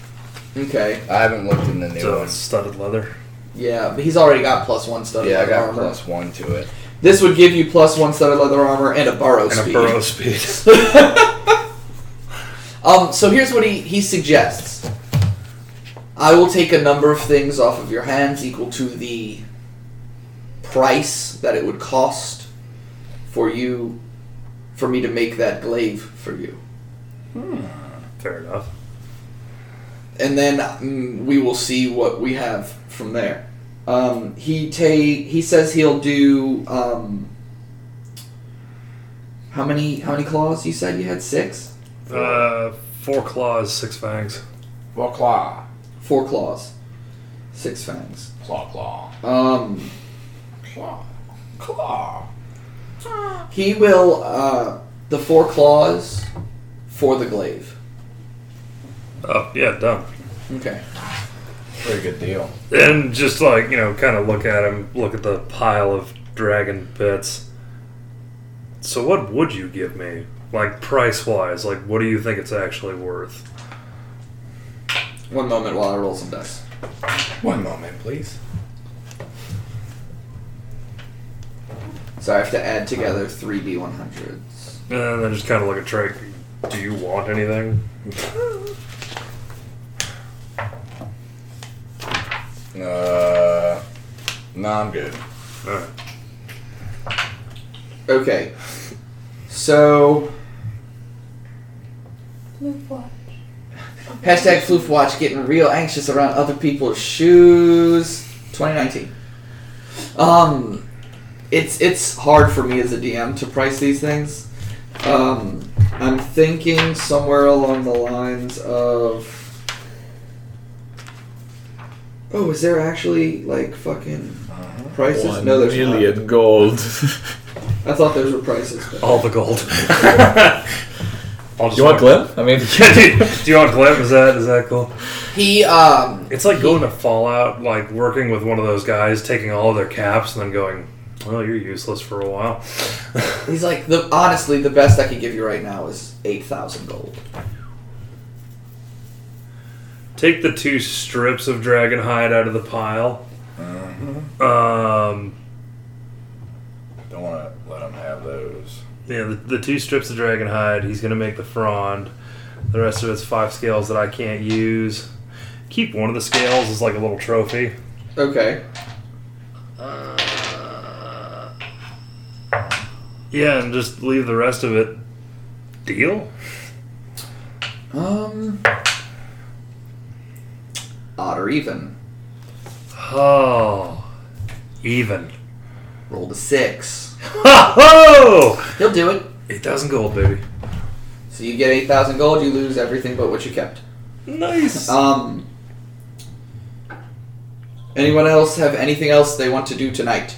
Okay.
I haven't looked in the new
so
one.
it's studded leather.
Yeah, but he's already got plus one stuff.
Yeah, I got
armor.
plus one to it.
This would give you plus one set of leather armor and a borrow
And a
speed. [laughs]
burrow speed.
um, so here's what he, he suggests. I will take a number of things off of your hands equal to the price that it would cost for you for me to make that glaive for you.
Fair enough.
and then mm, we will see what we have from there. Um, he ta- he says he'll do um, how many how many claws? You said you had six,
Uh, four claws, six fangs.
Well, claw,
four claws, six fangs.
claw, claw,
Um,
claw, claw.
he will uh, the four claws for the glaive.
Oh yeah, done.
Okay.
Pretty good deal.
And just like you know, kind of look at him. Look at the pile of dragon bits. So what would you give me, like price wise? Like what do you think it's actually worth?
One moment while I roll some dice.
One moment, please.
So I have to add together three d one hundreds.
And then just kind of look at Drake. Do you want anything?
Uh, no, I'm good.
All right.
Okay. So Hashtag floof watch getting real anxious around other people's shoes. 2019. Um, it's it's hard for me as a DM to price these things. Um, I'm thinking somewhere along the lines of. Oh, is there actually like fucking prices? no, there's not.
[laughs]
gold.
I thought those were prices. But
All the gold. I'll just
you want
[laughs]
glimp? I mean,
Yeah,
[laughs]
dude. Do you want glim? Is that is that cool?
he um
It's like going to Fallout, like working with one of those guys, taking all of their caps, and then going, "Well, you're useless for a while."
he's like the honestly the best I could give you right now is eight thousand gold.
Take the two strips of dragon hide out of the pile.
Mm-hmm.
Um,
Don't want to let them have those.
yeah, the, the two strips of dragon hide. He's gonna make the frond. The rest of it's five scales that I can't use. Keep one of the scales as like a little trophy.
Okay.
Yeah, and just leave the rest of it. Deal.
Um, odd or even.
Oh,
[laughs]
even.
Roll a six.
Ha ho!
He'll do it.
Eight thousand gold, baby.
So you get eight thousand gold. You lose everything but what you kept.
Nice.
Um. Anyone else have anything else they want to do tonight?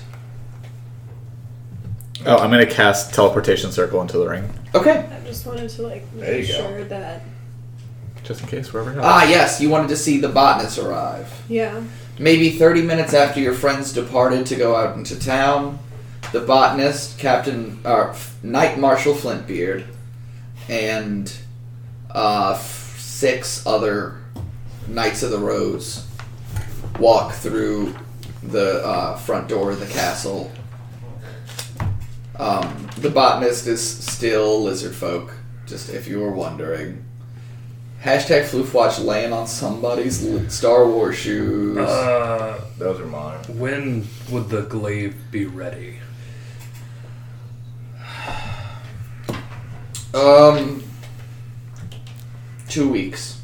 oh, I'm gonna cast teleportation circle into the ring,
Okay.
I just wanted to like
There
make
you go.
sure that
just in case wherever.
Ah, yes. You wanted to see the botanists arrive.
yeah.
Maybe 30 minutes after your friends departed to go out into town, the botanist, Captain uh, F- Knight Marshal Flintbeard, and uh, f- six other Knights of the Rose walk through the uh, front door of the castle. Um, the botanist is still lizard folk, just if you were wondering. Hashtag floofwatch laying on somebody's li- Star Wars shoes.
Uh,
Those are mine.
when would the glaive be ready?
um, two weeks.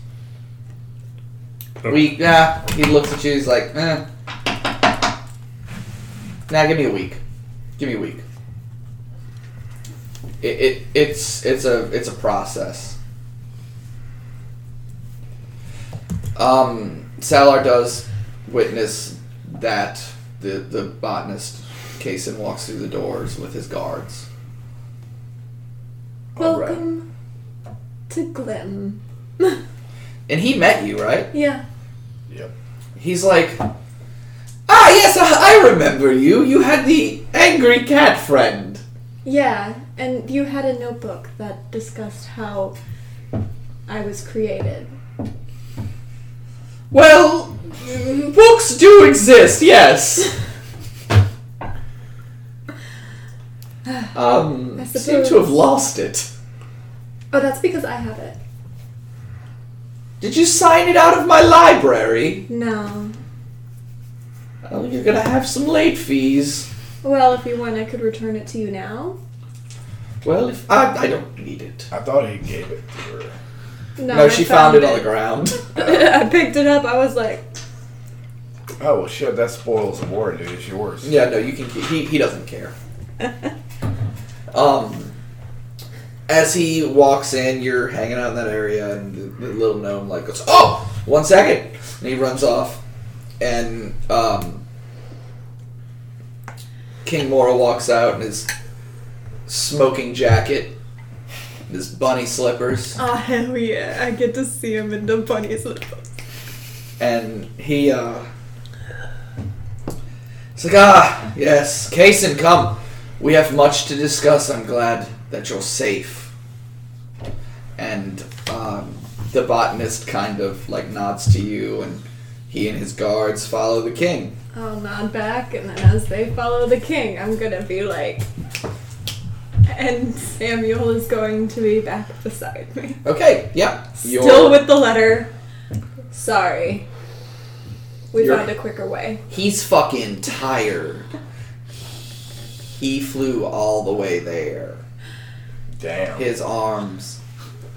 Week. Yeah. He looks at you. He's like, eh. Nah, give me a week. Give me a week. It, it it's it's a it's a process. Um, Salar does witness that the the botanist Kason walks through the doors with his guards.
Welcome to Glim.
And he met you, right?
Yeah.
Yep.
He's like, Ah, yes, I, I remember you. You had the angry cat friend.
Yeah, and you had a notebook that discussed how I was created.
Well, mm, books do exist, yes. um,
I
seem to
suppose.
have lost it.
Oh, that's because I have it.
Did you sign it out of my library?
No.
Oh, you're gonna have some late fees.
Well, if you want, I could return it to you now.
Well, if I, I don't need it.
I thought he gave it to her.
No,
No,
I
she found, it on the ground.
[laughs] I picked it up. I was like,
Oh well, shit. That spoils the war, dude. It's yours.
Yeah, no, you can keep. He, he doesn't care. um, as he walks in, you're hanging out in that area, and the, the little gnome like goes, "Oh, one second," and he runs off, and um, King Mora walks out in his smoking jacket, his bunny slippers,
oh hell yeah! I get to see him in the bunny's little. [laughs]
and he uh, it's like, ah, yes, Kason, come. We have much to discuss. I'm glad that you're safe. And um, the botanist kind of like nods to you, and he and his guards follow the king.
Oh,
I'll nod back, and then as they follow the king, I'm gonna be like. And Samuel is going to be back beside me.
Okay, yeah,
Still with the letter. Sorry. We
You're-
found a quicker way.
He's fucking tired. He flew all the way there.
Damn.
His arms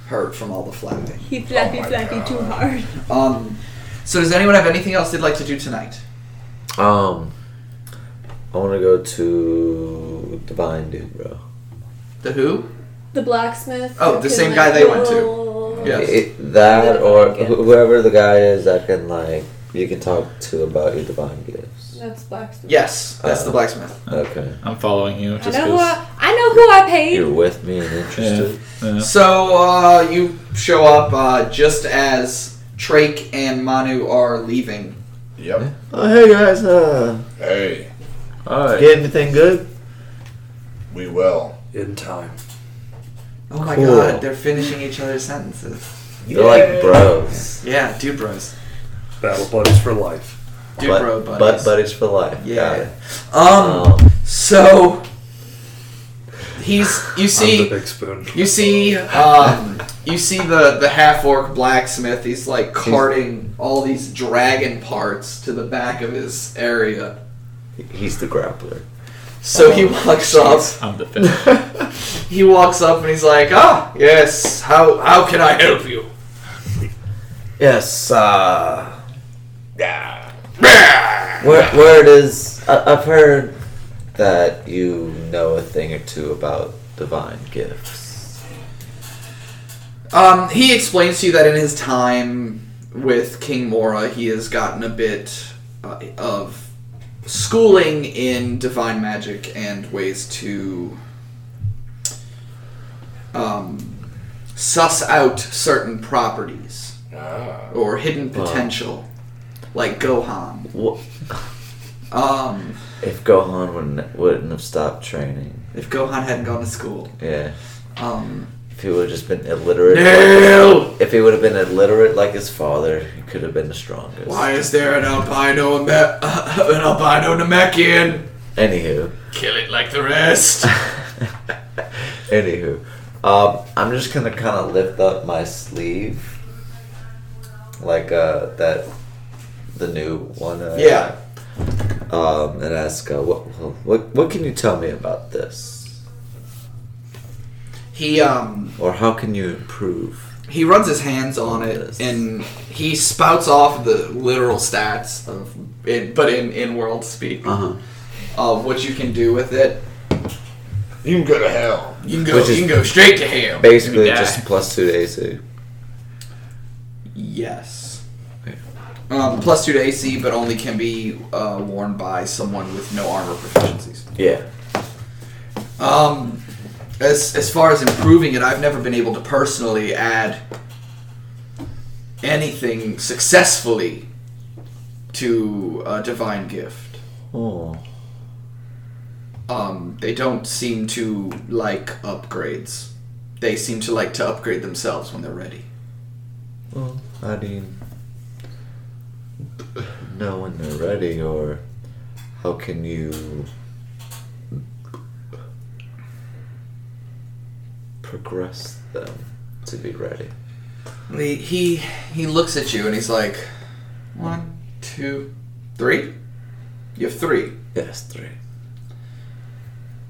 hurt from all the flapping.
He flappy
my
flappy
God.
too hard.
Um, so does anyone have anything else they'd like to do tonight?
Um, I want to go to Divine Dude, bro.
The who?
The blacksmith.
Oh, the same guy they went to. Yes.
It, that or wh- whoever the guy is that can like you can talk to about your divine gifts.
That's blacksmith.
Yes,
uh,
that's the blacksmith.
Okay,
I'm following you.
I
Just
know who
'cause-
I, I know who I paid.
you're with me and interested.
Yeah.
So uh, you show up uh, just as Trake and Manu are leaving.
Yep.
Oh hey guys, uh,
Hey,
All right.
get anything good?
we will.
In time.
Oh my
Cool.
god, they're finishing each other's sentences.
They're like bros,
Yeah, dude bros.
Battle buddies for life.
Dude
but,
bro
but
buddies.
buddies for life. Got
yeah.
it.
Um,
Um,
so he's you see
I'm the big spoon.
You see, um, you see the the half orc blacksmith. He's like carting all these dragon parts to the back of his area.
he's the grappler. Oh,
So he walks up.
I'm the fifth.
He walks up and he's like, "Ah, yes. How how can I help you?"
Yes. Uh,
Yeah.
where where it is? I, I've heard that you know a thing or two about divine gifts.
Um, he explains to you that in his time with King Mora, he has gotten a bit uh, of schooling in divine magic and ways to um, suss out certain properties
Ah.
or hidden potential, like Gohan.
Wha-
Um,
If Gohan wouldn't wouldn't have stopped training,
if Gohan hadn't gone to school,
yeah.
um,
If he would have just been illiterate,
No!
if he would have been illiterate like his father, he could have been the strongest.
why is there an albino Ame- [laughs] an albino Namekian?
Anywho,
Kill it like the rest.
[laughs] anywho, um, I'm just gonna kind of lift up my sleeve like uh, that the new one. Uh,
Yeah.
Um, and ask uh, what what what can you tell me about this,
He um
or how can you improve?
he runs his hands on it and he spouts off the literal stats of in, but in in world speak
Uh huh.
of what you can do with it.
You can go to hell.
You can go
Which
you
is-
can go straight to him.
Basically,
Yeah.
just plus two to AC.
Yes. Um, plus two to AC, but only can be uh, worn by someone with no armor proficiencies.
Yeah.
Um, as as far as improving it, I've never been able to personally add anything successfully to a divine gift.
Oh.
Um, they don't seem to like upgrades. They seem to like to upgrade themselves when they're ready.
Well, I mean, know when they're ready, or how can you progress them to be ready?
He he, he looks at you and he's like, one, two, three. You have three.
Yes, three.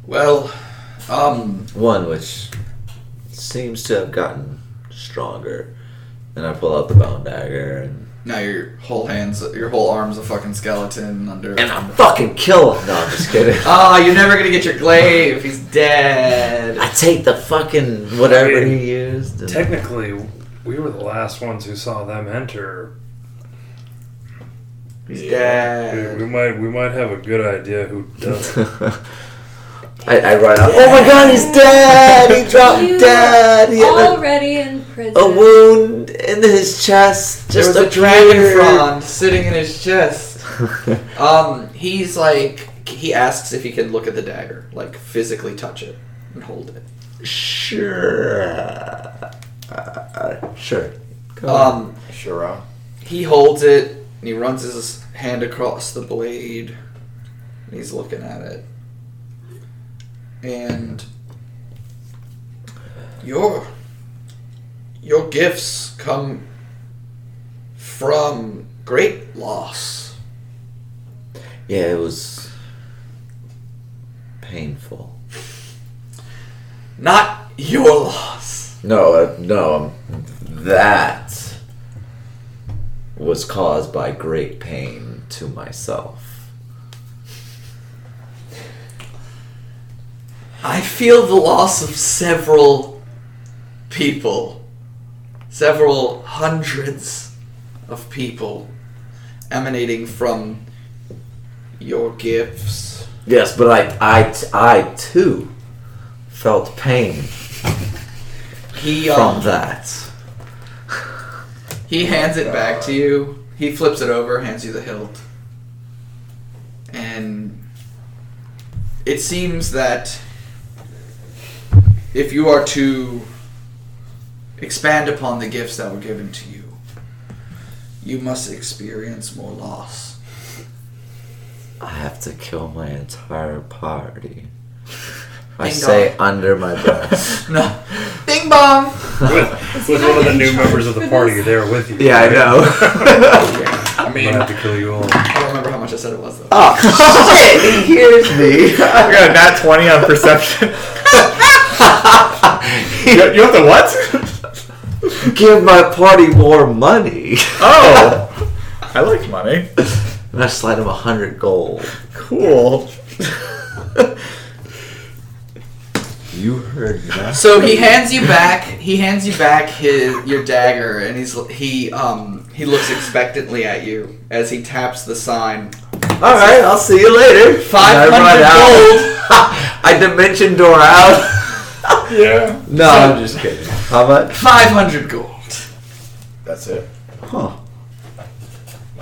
Well, um,
One which seems to have gotten stronger, and I pull out the bound dagger, and,
now your whole hands, your whole arm's a fucking skeleton under.
and I fucking kill him. No, I'm just [laughs] kidding.
Ah, you're never gonna get your glaive. He's dead.
I take the fucking whatever he used. and-
Technically, we were the last ones who saw them enter.
He's
We,
dead.
we might we might have a good idea who does. it.
I, I run out. Oh my god, he's dead! He dropped
You
dead! He had
Already in prison.
a, a wound in his chest.
There
Just
was a dragon frond sitting in his chest.
[laughs] frog.
Um, he's like, he asks if he can look at the dagger, like physically touch it and hold it.
sure. Uh, uh, sure. Go on.
Um,
Sure. uh,
He holds it and he runs his hand across the blade. And he's looking at it. And your your gifts come from great loss.
Yeah, it was painful.
Not your loss.
No, uh, no, um, that was caused by great pain to myself.
I feel the loss of several people. Several hundreds of people emanating from your gifts.
Yes, but I, I, t- I too felt pain
He
from
um,
that.
he hands it back to you. He flips it over, hands you the hilt, and it seems that if you are to expand upon the gifts that were given to you, you must experience more loss.
I have to kill my entire party. I
Ding
say
dong.
under my
[laughs]
breath.
No, ding bong.
with, with one of the new members of the party there with you.
yeah, I know.
I
Might
mean,
have to kill you all.
I don't remember how much I said it was though.
[laughs] oh shit! He hears me. [laughs]
I got a nat 20 on perception. you, you have to what?
Give my party more money. [laughs]
Oh! I like money.
And I slide him a hundred gold.
Cool.
You heard [laughs] that?
So he hands you back. He hands you back his your dagger, and he's he um he looks expectantly at you as he taps the sign.
All right, I'll see you later.
Five
And I run
hundred
out.
gold.
[laughs] I dimension door out.
yeah.
no, I'm just kidding. How much?
Five hundred gold.
That's it.
Huh.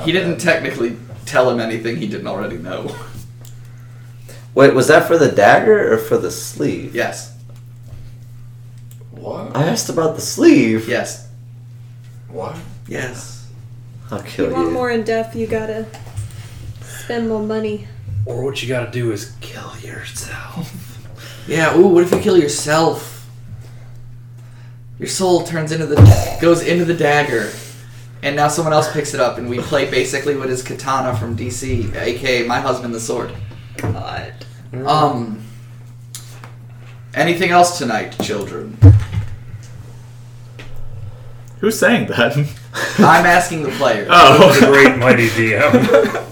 He didn't technically tell him anything he didn't already know. [laughs]
Wait, was that for the dagger or for the sleeve?
Yes,
What?
I asked about the sleeve.
yes,
What?
yes.
I'll
You
kill you.
want more in depth, you gotta spend more money.
Or what you gotta do is kill yourself.
Yeah. Ooh, what if you kill yourself? Your soul turns into the goes into the dagger, and now someone else picks it up, and we play basically what is Katana from DC, aka My Husband the Sword.
God.
Um. Anything else tonight, children?
Who's saying that?
I'm asking the players.
oh,
The great mighty DM.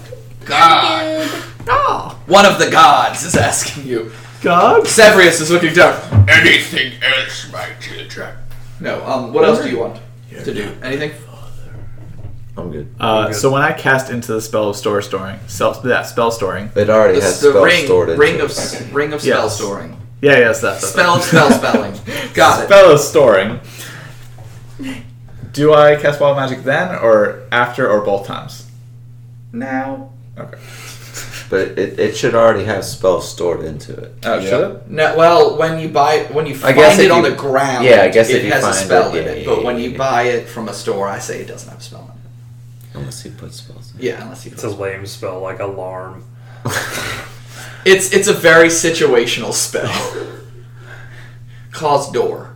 God. One of the gods is asking you.
God.
Severius is looking down.
Anything else, my children?
No. Um. What else do you want to do? Anything?
I'm good.
[laughs] Uh, so when I cast into the spell of store storing, self that spell storing.
It already has
The, the
spells
ring.
stored in
Ring
it.
of s- ring of spell
Yes.
storing.
Yeah, yes, that's that's-
Spell spell
[laughs]
spelling. Got it.
Spell of Ah, storing. Do I cast wild magic then, or after, or both times?
Now.
Okay.
But it, it should already have spells stored into it.
Oh,
Yeah.
should it?
No, well, when you buy it, when you find
guess
it
if
on
you-
the ground,
yeah, I guess
it
if you
has
find
a spell
it,
in
yeah,
it.
yeah,
but
yeah,
when you
yeah.
buy it from a store, I say it doesn't have a spell in it.
Unless you put spells.
Yeah, unless you.
[laughs] It's a lame spell, like alarm.
It's it's a very situational
[laughs]
spell. Cause door.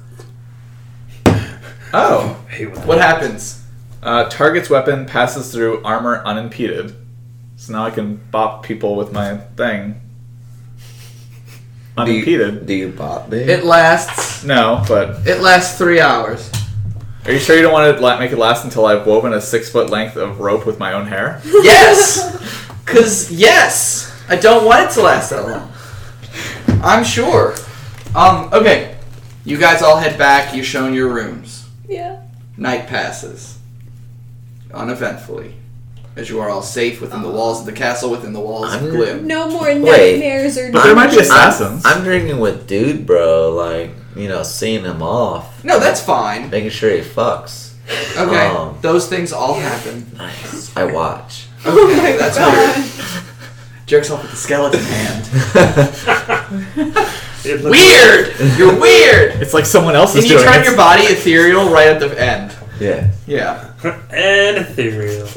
Oh.
I hate when
What happens?
Uh, target's weapon passes through armor unimpeded. So now I can bop people with my thing.
Do you,
Unimpeded.
do you bot me?
It lasts.
No, but
It lasts three hours.
are you sure you don't want to la- make it last until I've woven a six foot length of rope with my own hair?
Yes, [laughs] cause yes, I don't want it to last that long. I'm sure. Um. Okay. You guys all head back. You've shown your rooms.
Yeah.
Night passes uneventfully, as you are all safe within the walls of the castle, within the walls of
I'm-
Glim.
No more
Wait.
nightmares or
But there
dreams.
might be assassins.
I'm, I'm drinking with dude, bro. Like, you know, seeing him off.
No, that's fine.
Making sure he fucks.
Okay,
Um,
those things all happen.
[laughs] Nice. I watch. [laughs]
Okay, that's weird. Jerks off with the skeleton [laughs] hand.
It looks-
Weird. You're
[laughs]
weird.
it's like someone else
Can
is
you
doing
turn
it.
your body ethereal right at the end?
yeah.
Yeah.
and ethereal.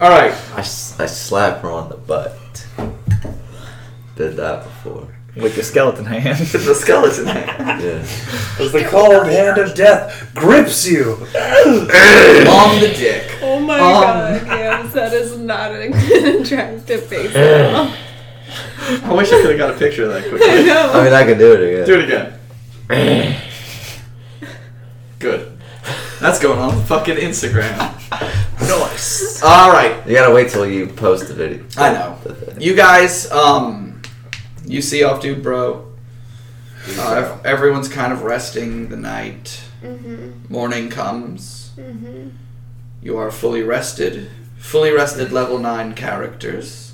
All right.
I, s- I slap her on the butt. Did that before.
With your skeleton hand.
[laughs] The skeleton hand.
Yeah.
As the cold hand of death grips you.
On the dick.
Oh my
Um.
god, yes, that is not an [laughs] attractive face at all.
I wish I could have got a picture of that quickly.
I
I
know.
mean, I can do it again.
Do it again. Good. That's going on fucking Instagram.
Nice.
All right.
You gotta wait till you post the video.
I know. You guys, um, you see off dude, bro. Uh, ev- everyone's kind of resting the night.
Mm-hmm.
Morning comes.
Mm-hmm.
You are fully rested. Fully rested level 9
[laughs]
characters.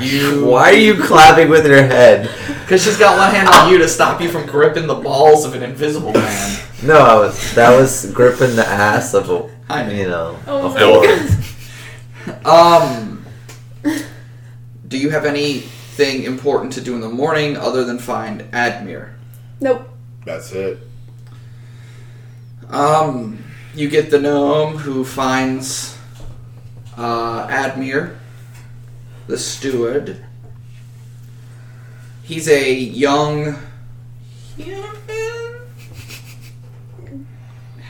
You.
Why are you clapping with your head?
Because she's got one hand on you to stop you from gripping the balls of an invisible man.
No, I was, that was gripping the ass of a,
I know.
you know,
Oh
a
my
whore.
Um, do you have anything important to do in the morning other than find Admir?
Nope.
That's it.
Um, you get the gnome who finds uh, Admir, the steward. He's a young human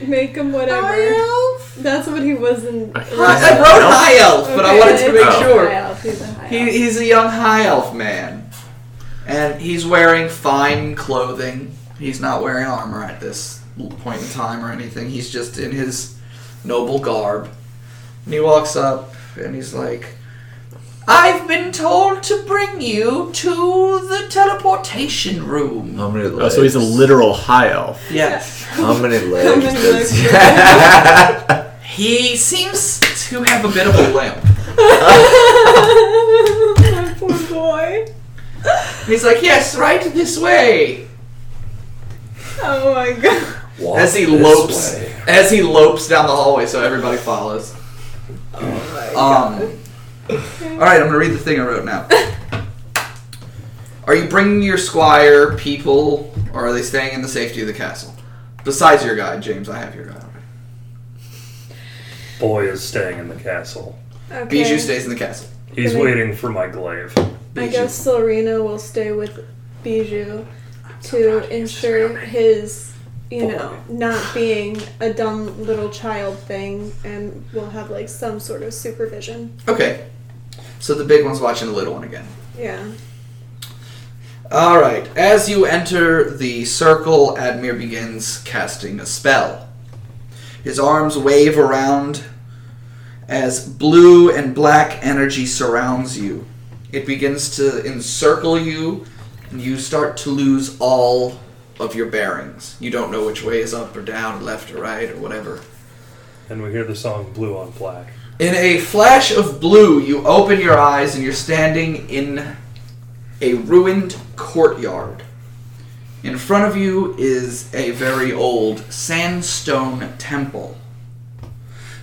Make him whatever.
elf.
That's what he was in.
I wrote high elf, but I wanted to
Okay.
make
Oh.
He's a
sure.
high elf, he's a high
He,
elf.
he's a young high elf man, and he's wearing fine clothing. He's not wearing armor at this point in time or anything. He's just in his noble garb. And he walks up and he's like, "I've been told to bring you to the teleportation room."
How many legs?
Oh, so he's a literal high elf.
Yes,
How many legs?
many legs [laughs]
does he
does
have?
he seems to have a bit of a limp.
My
[laughs]
poor boy.
And he's like, "Yes, right this way."
Oh my god.
Walk
as he
this
lopes
way.
as he lopes down the hallway so everybody follows um all right i'm gonna read the thing i wrote now are you bringing your squire people or are they staying in the safety of the castle besides your guide james i have your guide already
Boy is staying in the castle.
Okay.
bijou stays in the castle
He's
Okay.
waiting for my glaive.
I
Bijou.
guess Serena will stay with Bijou to ensure his
you know, not being a dumb little child thing, and we'll have like some sort of supervision.
Okay. So the big one's watching the little one again.
Yeah.
All right. As you enter the circle, Admir begins casting a spell. His arms wave around as blue and black energy surrounds you. It begins to encircle you, and you start to lose all of your bearings. You don't know which way is up or down, left or right, or whatever.
And we hear the song Blue on Black.
In a flash of blue, you open your eyes and you're standing in a ruined courtyard. In front of you is a very old sandstone temple.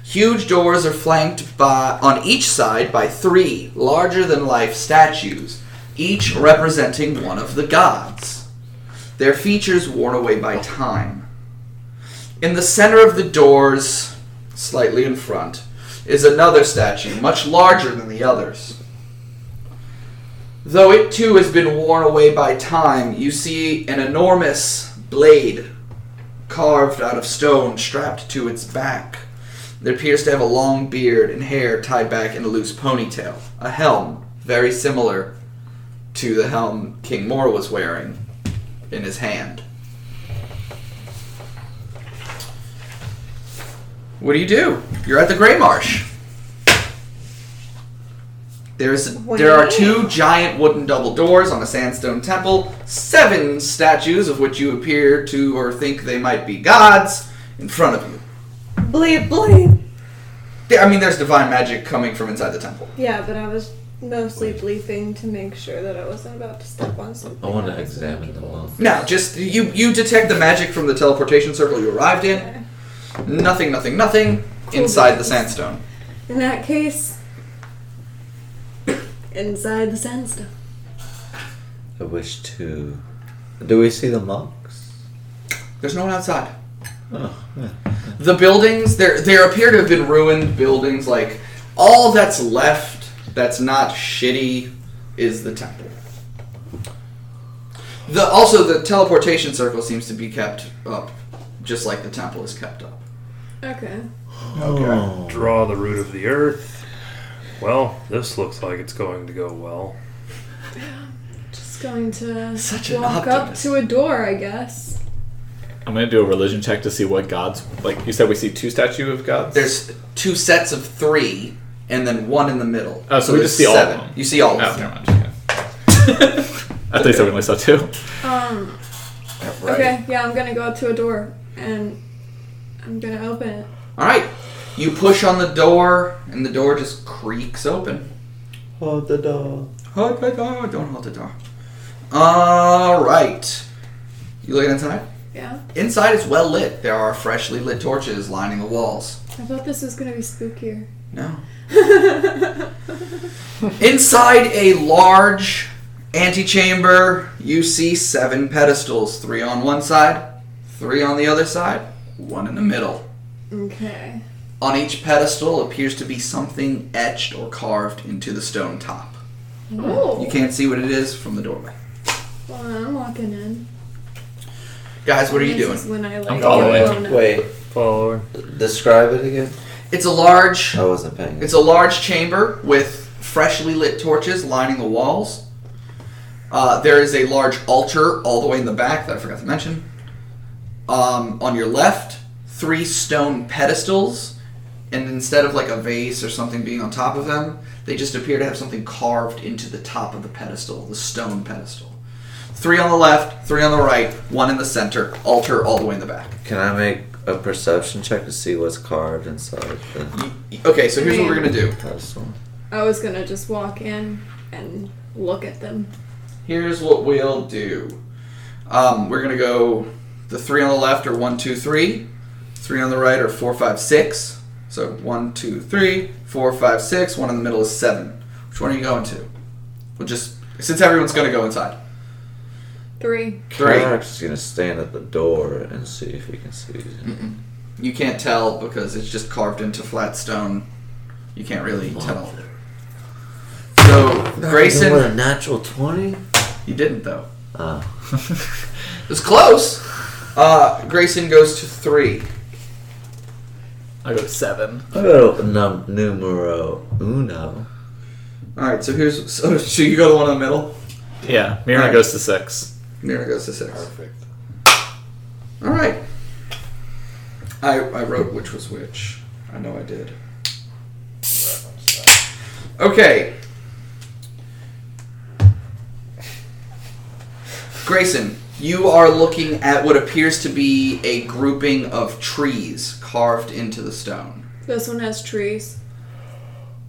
Huge doors are flanked by, on each side by three larger than life statues, each representing one of the gods, their features worn away by time. In the center of the doors, slightly in front, is another statue, much larger than the others. Though it too has been worn away by time, you see an enormous blade carved out of stone strapped to its back. It appears to have a long beard and hair tied back in a loose ponytail. A helm, very similar to the helm King Mor was wearing in his hand. What do you do? You're at the Grey Marsh. There's there are two giant wooden double doors on a sandstone temple, seven statues of which you appear to or think they might be gods in front of you.
Bleep, bleep.
There- I mean, there's divine magic coming from inside the temple.
Yeah, but I was mostly bleeping to make sure that I wasn't about to step on something.
I want to
that was
examine them all.
Now, just you you detect the magic from the teleportation circle you arrived in. Nothing, nothing, nothing inside the sandstone.
In that case, [coughs] inside the sandstone.
I wish to. Do we see the monks?
There's no one outside.
Oh, yeah.
The buildings there there appear to have been ruined buildings. Like all that's left that's not shitty is the temple. The also the teleportation circle seems to be kept up, just like the temple is kept up.
Okay.
Oh.
Okay.
Draw the root of the earth. Well, this looks like it's going to go well.
Just going to
Such an
walk up
optimist.
to a door, I guess.
I'm gonna do a religion check to see what gods. Like you said, we see two statue of gods.
There's two sets of three, and then one in the middle.
Oh, so we
there's
just see all of them.
You see all
oh,
of them.
never mind. Okay. [laughs] I think we only saw two.
Um.
Right.
Okay. Yeah, I'm gonna go up to a door and I'm gonna open it.
All right. You push on the door, and the door just creaks open.
Hold the door.
Hold the door. Don't hold the door. All right. You looking inside?
Yeah.
Inside is well lit. There are freshly lit torches lining the walls.
I thought this was gonna be spookier.
No. [laughs] Inside a large antechamber, you see seven pedestals three on one side, three on the other side, one in the middle.
Okay.
On each pedestal appears to be something etched or carved into the stone top. You
Oh.
can't see what it is from the doorway.
Well, I'm walking in.
Guys, what are you
This
doing?
is when I like
I'm
get
following.
blown up.
Wait,
Follower.
describe it again.
It's a large
I wasn't paying.
It's a large chamber with freshly lit torches lining the walls. Uh, there is a large altar all the way in the back that I forgot to mention. Um, on your left, three stone pedestals, and instead of like a vase or something being on top of them, they just appear to have something carved into the top of the pedestal, the stone pedestal. Three on the left, three on the right, one in the center, altar all the way in the back.
Can I make a perception check to see what's carved inside the
Okay, so here's what we're gonna do.
pedestal?
I was gonna just walk in and look at them.
Here's what we'll do. Um, we're gonna go the three on the left are one, two, three. Three on the right are four, five, six. So one, two, three, four, five, six. One in the middle is seven. Which one are you going to? We'll just since everyone's gonna go inside.
Three.
Three.
Karak's just gonna stand at the door and see if he can see.
You can't tell because it's just carved into flat stone. You can't really tell. So
with
Grayson,
a natural twenty.
[laughs] you didn't though.
Oh.
It was close. Uh, Grayson goes to three.
I go to seven.
Oh, num- numero uno.
All right, so here's [laughs] so, so you go to the one in the middle.
Yeah, Mira
Alright.
goes to six.
Mira goes to six.
Perfect.
All right. I I wrote which was which. I know I did. Okay. Grayson, you are looking at what appears to be a grouping of trees carved into the stone.
This one has trees.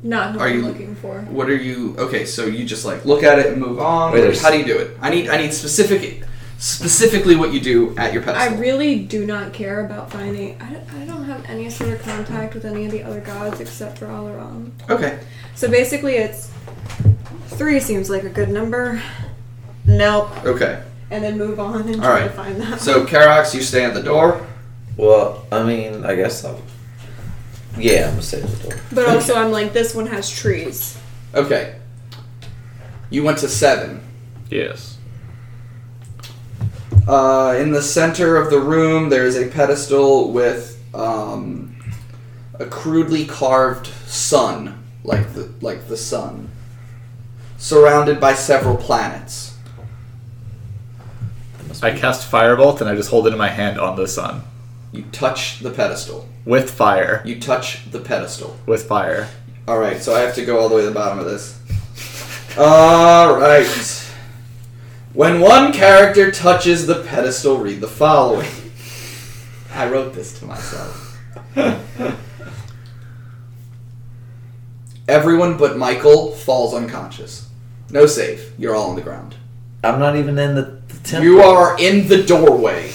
Not who
Are
I'm
you-
looking for.
What are you? Okay, so you just like look at it and move on.
Wait, there's-
How do you do it? I need I need specific specifically what you do at your
I
pedestal.
really do not care about finding. I, I don't have any sort of contact with any of the other gods except for Alaram.
okay.
So basically, it's three seems like a good number. Nope.
Okay.
And then move on and
All
try
right.
to find that.
So Karax, you stay at the door.
Well, I mean, I guess I'll. Yeah, I'm gonna stay at the door.
but also, I'm like, this one has trees.
Okay. You went to seven.
Yes.
Uh, in the center of the room, there is a pedestal with um, a crudely carved sun, like the like the sun, surrounded by several planets.
I cast Firebolt and I just hold it in my hand on the sun.
You touch the pedestal.
With fire.
You touch the pedestal.
With fire.
All right, so I have to go all the way to the bottom of this. All right. When one character touches the pedestal, read the following. I wrote this to myself. Everyone but Michael falls unconscious. No save. You're all on the ground.
I'm not even in the, the temple.
You are in the doorway.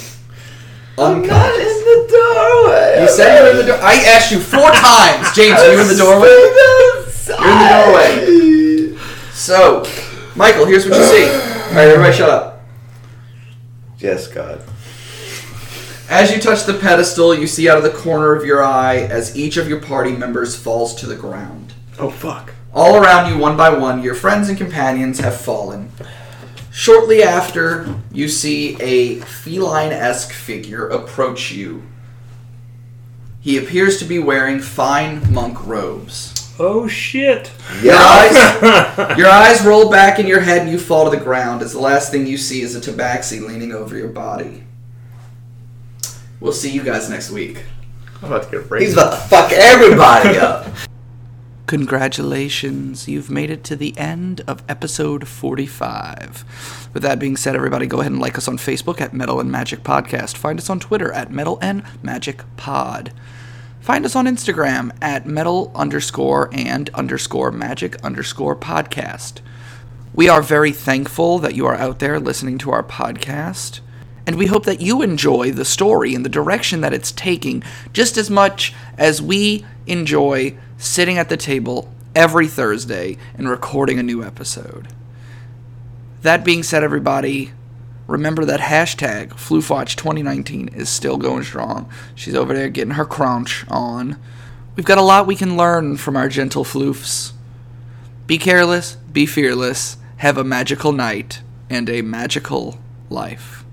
I'm not in
Unconscious.
the doorway.
You said you were in the door. I asked you four times, James. Are you in the
[laughs]
doorway?
doorway. You're in the doorway.
So, Michael, here's what you see. All right, everybody, shut up.
Yes, God.
As you touch the pedestal, you see out of the corner of your eye as each of your party members falls to the ground.
Oh fuck.
All around you, one by one, your friends and companions have fallen. Shortly after, you see a feline esque figure approach you. He appears to be wearing fine monk robes.
Oh shit!
Your eyes, your eyes roll back in your head and you fall to the ground as the last thing you see is a tabaxi leaning over your body. We'll see you guys next week.
I'm about to get
He's
raised.
about to fuck everybody up.
Congratulations, you've made it to the end of episode 45. With that being said, everybody go ahead and like us on Facebook at Metal and Magic Podcast. Find us on Twitter at Metal and Magic Pod. Find us on Instagram at Metal underscore and underscore Magic underscore Podcast. We are very thankful that you are out there listening to our podcast, and we hope that you enjoy the story and the direction that it's taking just as much as we enjoy sitting at the table every Thursday and recording a new episode. That being said, everybody, remember that hashtag FluFotch2019 is still going strong. She's over there getting her crunch on. We've got a lot we can learn from our gentle floofs. Be careless, be fearless, have a magical night, and a magical life.